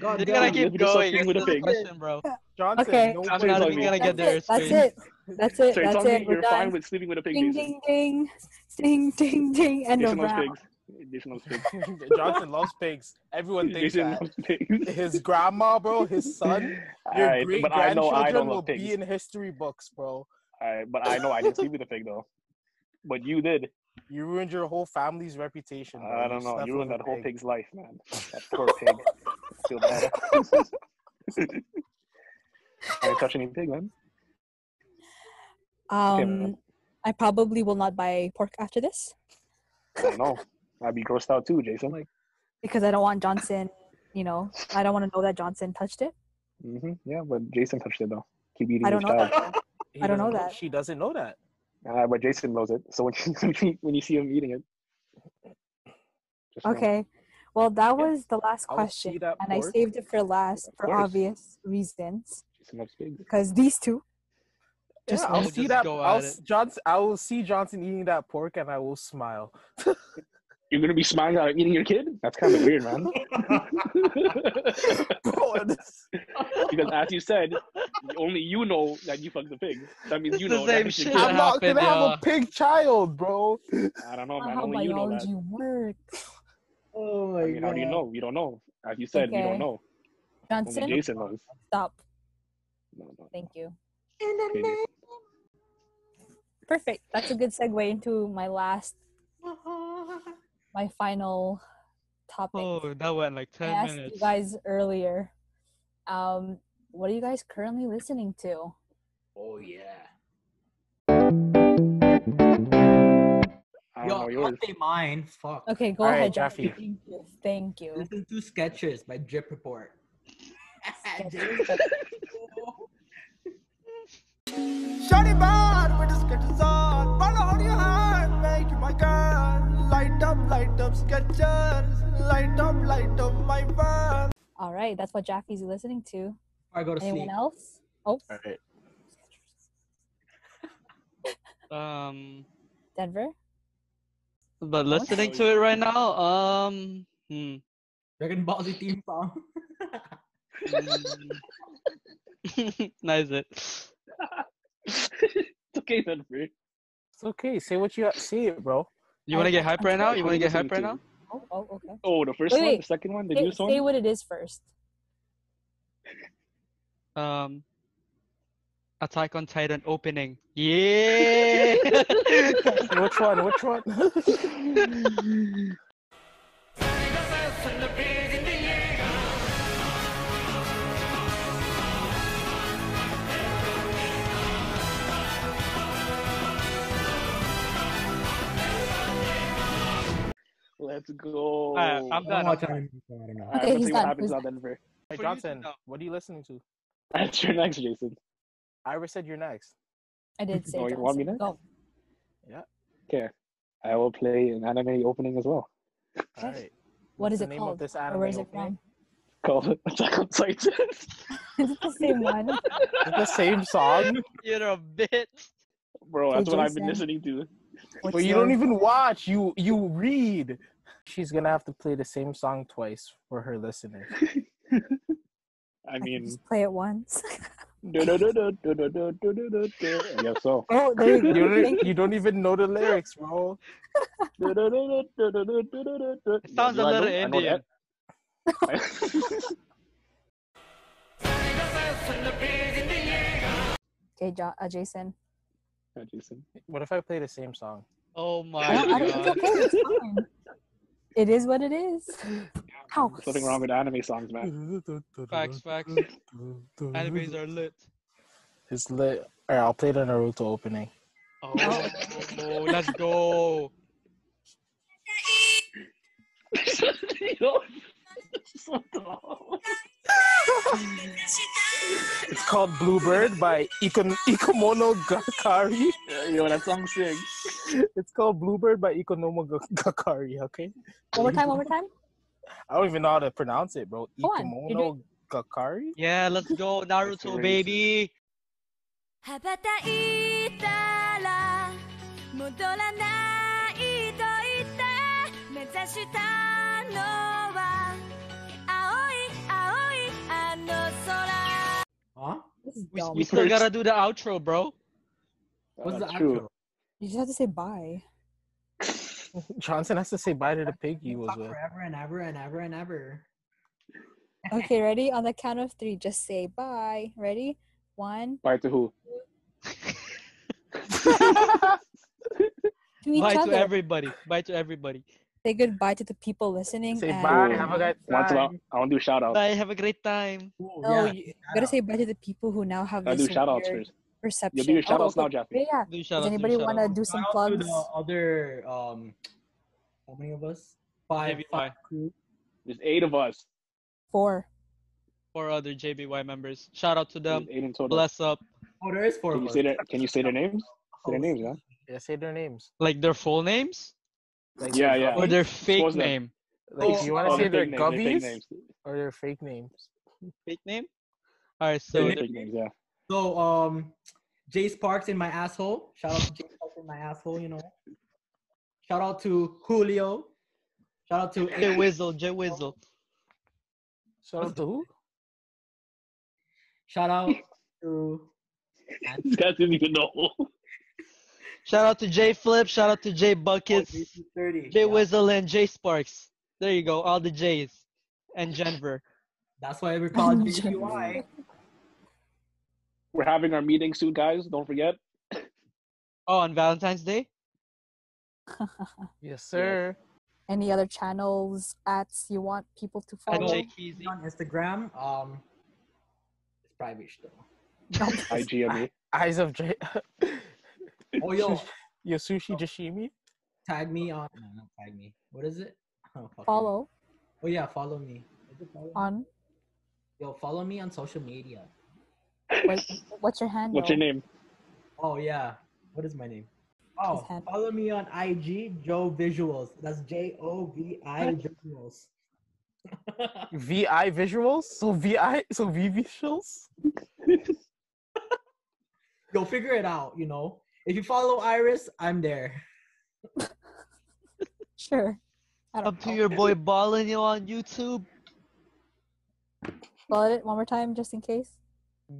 God,
They're
damn.
gonna
Literally
keep
something
going. It's
with a
still a
pig.
question, bro.
Johnson,
Okay.
no
I'm
I'm
Please
not
let
even
me.
gonna
That's
get there.
it. That's
Spain.
it. That's it.
So you're
That's
telling
it.
me
We're
you're fine
done.
with sleeping with a pig,
Ding
Jason?
ding ding. Ding ding ding. End
Jason
of
loves
round.
pigs. Jason loves pigs.
Johnson loves pigs. Everyone thinks
Jason
that.
loves pigs.
His grandma, bro, his son, your
Alright,
great
but I know I
grandchildren
don't
will
love
be
pigs.
in history books, bro.
Alright, but I know I didn't sleep with a pig though. But you did.
You ruined your whole family's reputation. Bro.
I don't know.
slept
You ruined
with
that
a
whole
pig.
pig's life, man. That poor pig. Feel bad. I didn't touch any pig, man.
Um,
man.
I probably will not buy pork after this
I don't know. I'd be grossed out too, Jason.
because I don't want Johnson. You know, I don't want to know that Johnson touched it.
hmm Yeah, but Jason touched it though. Keep eating
I don't
his
know
child.
that.
He
I don't
doesn't
know that.
She doesn't know that.
Uh, but Jason knows it. So when you, when you- when you see him eating it, just know.
Okay. Well, that was the last
I would
question,
see that
and I
pork.
saved it for last for
course.
obvious reasons
Jason loves pigs.
because these two.
Yeah,
Just
I'll
know.
see
Just
that.
go
I'll
at
s- Johnson. I will see Johnson eating that pork, and I will smile.
You're gonna be smiling at him eating your kid? That's kind of weird, man.
Bro, this-
because as you said, only you know that you fucked the pig. That means
It's
you
the
know.
same
That means your
shit.
kid.
I'm not
happened,
gonna have
yeah.
a pig child, bro.
I don't
Not
know, Oh, man.
how
Only you know that.
biology works.
Oh my
I mean,
god.
how do you know? We don't know. As you said, we
Okay.
don't know. Only
Johnson,
Jason knows.
stop.
No, no.
Thank you.
Okay, Jason.
Perfect. That's a good segue into my last, my final topic.
Oh, that went like
I
10
asked you
minutes.
guys earlier. Um, what are you guys currently listening to?
Oh yeah.
I don't
Yo,
know
I'll
yours.
say mine. Fuck.
Okay, go
All
ahead,
right,
Jaffe.
Jaffe.
Thank you. Thank you.
Listen to Sketchers by Drip Report.
Shawty bad with the sketches on. Follow on your heart, make you my girl. Light up, light up, sketches. Light up, light up, my vibe.
All right, that's what Jaffe's listening to.
Before I go to
Anyone
sleep.
else? Oh,
All right.
Um,
Denver.
but
What?
listening to it right now, um, hmm.
Dragon Ball Z theme song.
Mm. hmm. nice it.
It's okay then, bro.
It's okay. Say what you ha- say, it, bro.
You wanna get hype right now? You
What
wanna
are you
get hype right
listening
now?
to?
Oh, oh okay.
Oh, the first
Wait,
one,
wait.
the second one, the
Say,
newest
say
one.
what it is first.
Um, Attack on Titan opening. Yeah.
Which one? Which one?
Let's go.
Alright, I'm
Oh.
I don't
done. I'm
watch
done.
anime, so I don't know.
Alright,
Okay,
let's
he's
see what
done.
happens
Who's
now, Denver.
Hey,
For you to
Johnson,
know.
what are you listening to?
That's your next, Jason.
I ever said you're next.
I did say
Oh, you
Johnson.
want me next?
Go.
Okay. I will play an anime opening as well.
All right.
What
What's
is
the
it
name
called?
of this
Or
anime
where is it
opening?
from?
Called Attack on Titan.
is it the same one?
Is it the same song?
You're a bitch.
Bro,
Okay,
that's what I've been
Jason.
listening to.
What's
but you don't
yours?
even watch. You you read. She's gonna have to play the same song twice for her listeners.
I
I can
mean,
just play it once.
I guess so.
Oh, there you,
You
don't, you don't even know the lyrics, bro.
It
It sounds a little Indian.
okay, jo- uh, Jason.
Jason.
What if I play the same song?
Oh my
No, I don't, it's
god.
okay. It's fine. It is what it is. How?
There's nothing wrong with anime songs, man.
Facts, facts. uh, Animes are lit.
It's lit. All right, I'll play the Naruto opening.
Oh, oh, let's go.
It's called Bluebird by Ikon- Ikomono Gakari.
Yo, that song sick.
It's called Bluebird by Ikonomo Ga- Gakari. Okay,
One more time, one more time.
I don't even know how to pronounce it, bro.
Go on, you're
Ikomono Gakari.
Yeah, let's go,
It's
Naruto
racist.
baby.
羽ばたいたら戻らないと言って目指したのは青い青いあの空
Huh?
We, we still gotta do the outro, bro.
What's the
Oh, true.
outro?
You just have to say bye.
Johnson has to say bye to the pig he was
Talk
with.
forever and ever and ever and ever.
Okay, ready? On the count of three, just say bye. Ready? One
Bye to who?
to each
Bye
other.
to everybody. Bye to everybody.
say goodbye to the people listening.
Say
and-
bye. Have a good
Want to,
time.
I want to do shout outs.
Bye. Have a great time.
Ooh,
No,
yeah.
Oh, you you gotta say bye to the people who now have
I do
this
shout outs
weird
first.
perception. Oh,
You do your shout outs
okay.
now, Jeffy.
Yeah, yeah.
Do shout
Does
outs,
anybody
do shout
want to
outs.
do
Shout
some
out to
plugs?
the other um, how many of us? Five,
JBY.
five crew.
There's eight of us.
Four.
Four other JBY members. Shout out to
There's
them.
eight in total.
Bless up.
Oh, there is four
Can
of
you
us.
say their Can you say their names?
Oh.
Say their names, yeah.
Yeah, say their names.
Like their full names
Like,
Yeah, yeah.
or their fake
Expose them.
name.
Like,
Oh,
you want to
Oh,
say
their
their
fake names, their fake
gubbies
names.
or their fake names?
Fake name. All right. So
Their
the-
fake names, yeah.
So um, Jay Sparks in my asshole. Shout out to Jay Sparks in my asshole. You know. Shout out to Julio. Shout out to
J Wizzle. J Wizzle.
Shout out to who?
Shout out to
These guys didn't even know.
Shout out to J Flip. Shout out to Oh, J Buckets.
thirty.
J Wizzle and J Sparks. There you go. All the J's and Denver.
That's why we call it JPY.
We're having our meeting soon, guys. Don't forget.
Oh, on Valentine's Day.
Yes, sir.
Any other channels ads you want people to
At
follow?
J Keezy.
on Instagram. Um, it's private though.
IG of me.
Eyes of J-
Oh yo,
Yosushi Jashimi.
tag me on. No, not tag me. What is it? I don't fucking know.
Follow
Oh yeah, follow me. Is it follow?
on
Yo, follow me on social media.
wait, what's your handle?
What's your name?
Oh yeah. What is my name? Oh,
hand-
follow me on IG Joe Visuals. That's J O V I Visuals.
VI visuals. So VI. So V visuals.
Yo, figure it out. You know, if you follow Iris, I'm there.
Sure. I don't
Up to
know.
your boy Ballin' you on YouTube.
Spell it one more time just in case.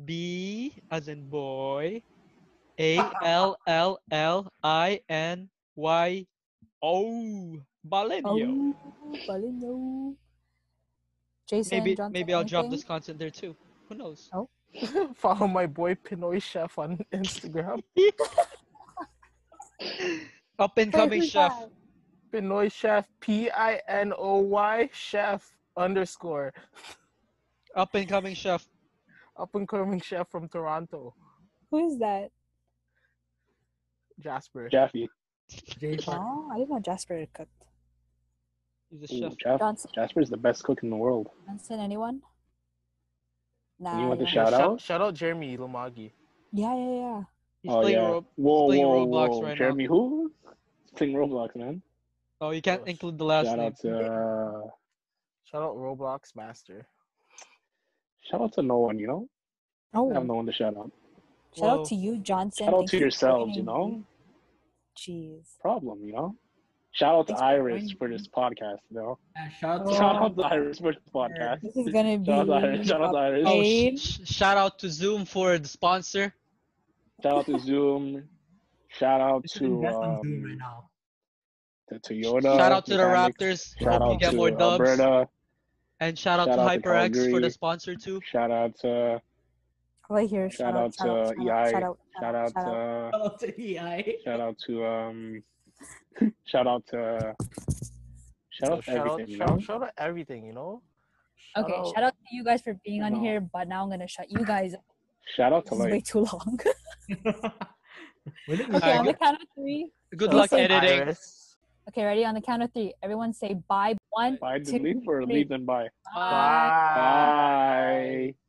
B as in boy, A L L L I N Y O. Balenio.
Oh, Balino. Jason,
maybe
Johnson,
maybe I'll drop this
anything?
content there too. Who knows?
Follow my boy Pinoy Chef on Instagram.
Up and
Wait,
coming
who's
chef.
that?
Pinoy Chef. P I N O Y Chef underscore.
Up and coming chef.
Up and coming chef from Toronto.
Who is that?
Jasper.
Jaffe.
J Park.
Oh, I didn't know Jasper cooked.
He's a
Ooh,
chef.
Jaff-
Johnson,
Jasper's the best cook in the world.
Johnson anyone? Nah.
You want to
nah.
shout out?
Shout out Jeremy Lomagi.
Yeah, yeah, yeah.
He's
Oh
playing
yeah.
Ro-
whoa,
playing
whoa,
Roblox
whoa.
right now.
Jeremy who? He's playing Roblox, man.
Oh, you can't
Gosh.
include the last
Shout
name.
out to uh,
Shout out Roblox Master.
shout out to no one. You know, I have
Oh,
no one to shout out.
shout
Whoa.
out to you, Johnson.
Um, Shout out
Thanks
to
for
yourselves. You
joining.
know,
Jeez.
problem. You know. Shout out to
Thanks for
Iris
joining
for this podcast. You know.
Yeah, shout out
Oh.
to
Shout out to Iris for this podcast.
This is gonna be.
Shout out to Iris. Shout out to Iris.
Oh,
Abe.
sh- sh- shout out to Zoom for the sponsor.
Shout out to Zoom. Shout out
This is the
to
best on Zoom right
um,
now.
to Toyota.
shout out to the
mechanics.
Raptors.
Shout
Hope you
out
get more
to
dubs.
Alberta.
And shout out
Shout
to
out to
HyperX for the
Calgary.
sponsor too.
Shout out to
All I hear is
Shout
shout
out
out, shout out,
to
shout out,
EI.
shout out,
shout out
shout out.
to
Shout out to E EI.
shout out to um shout out to shout
So
out to
shout out,
everything. you
shout,
know?
out, shout out everything, you know?
Okay,
Oh.
shout out to you guys for being on
No.
here, but now I'm gonna shut you guys up.
Shout out to
This is way
like
too long.
When did E
okay,
we
Alright,
on the count of three.
Good
Shout
luck
out to
editing.
Iris.
Okay, ready? On the count of three. Everyone say bye. One,
buy
two,
the lead for
three.
lead and buy.
Bye.
Bye.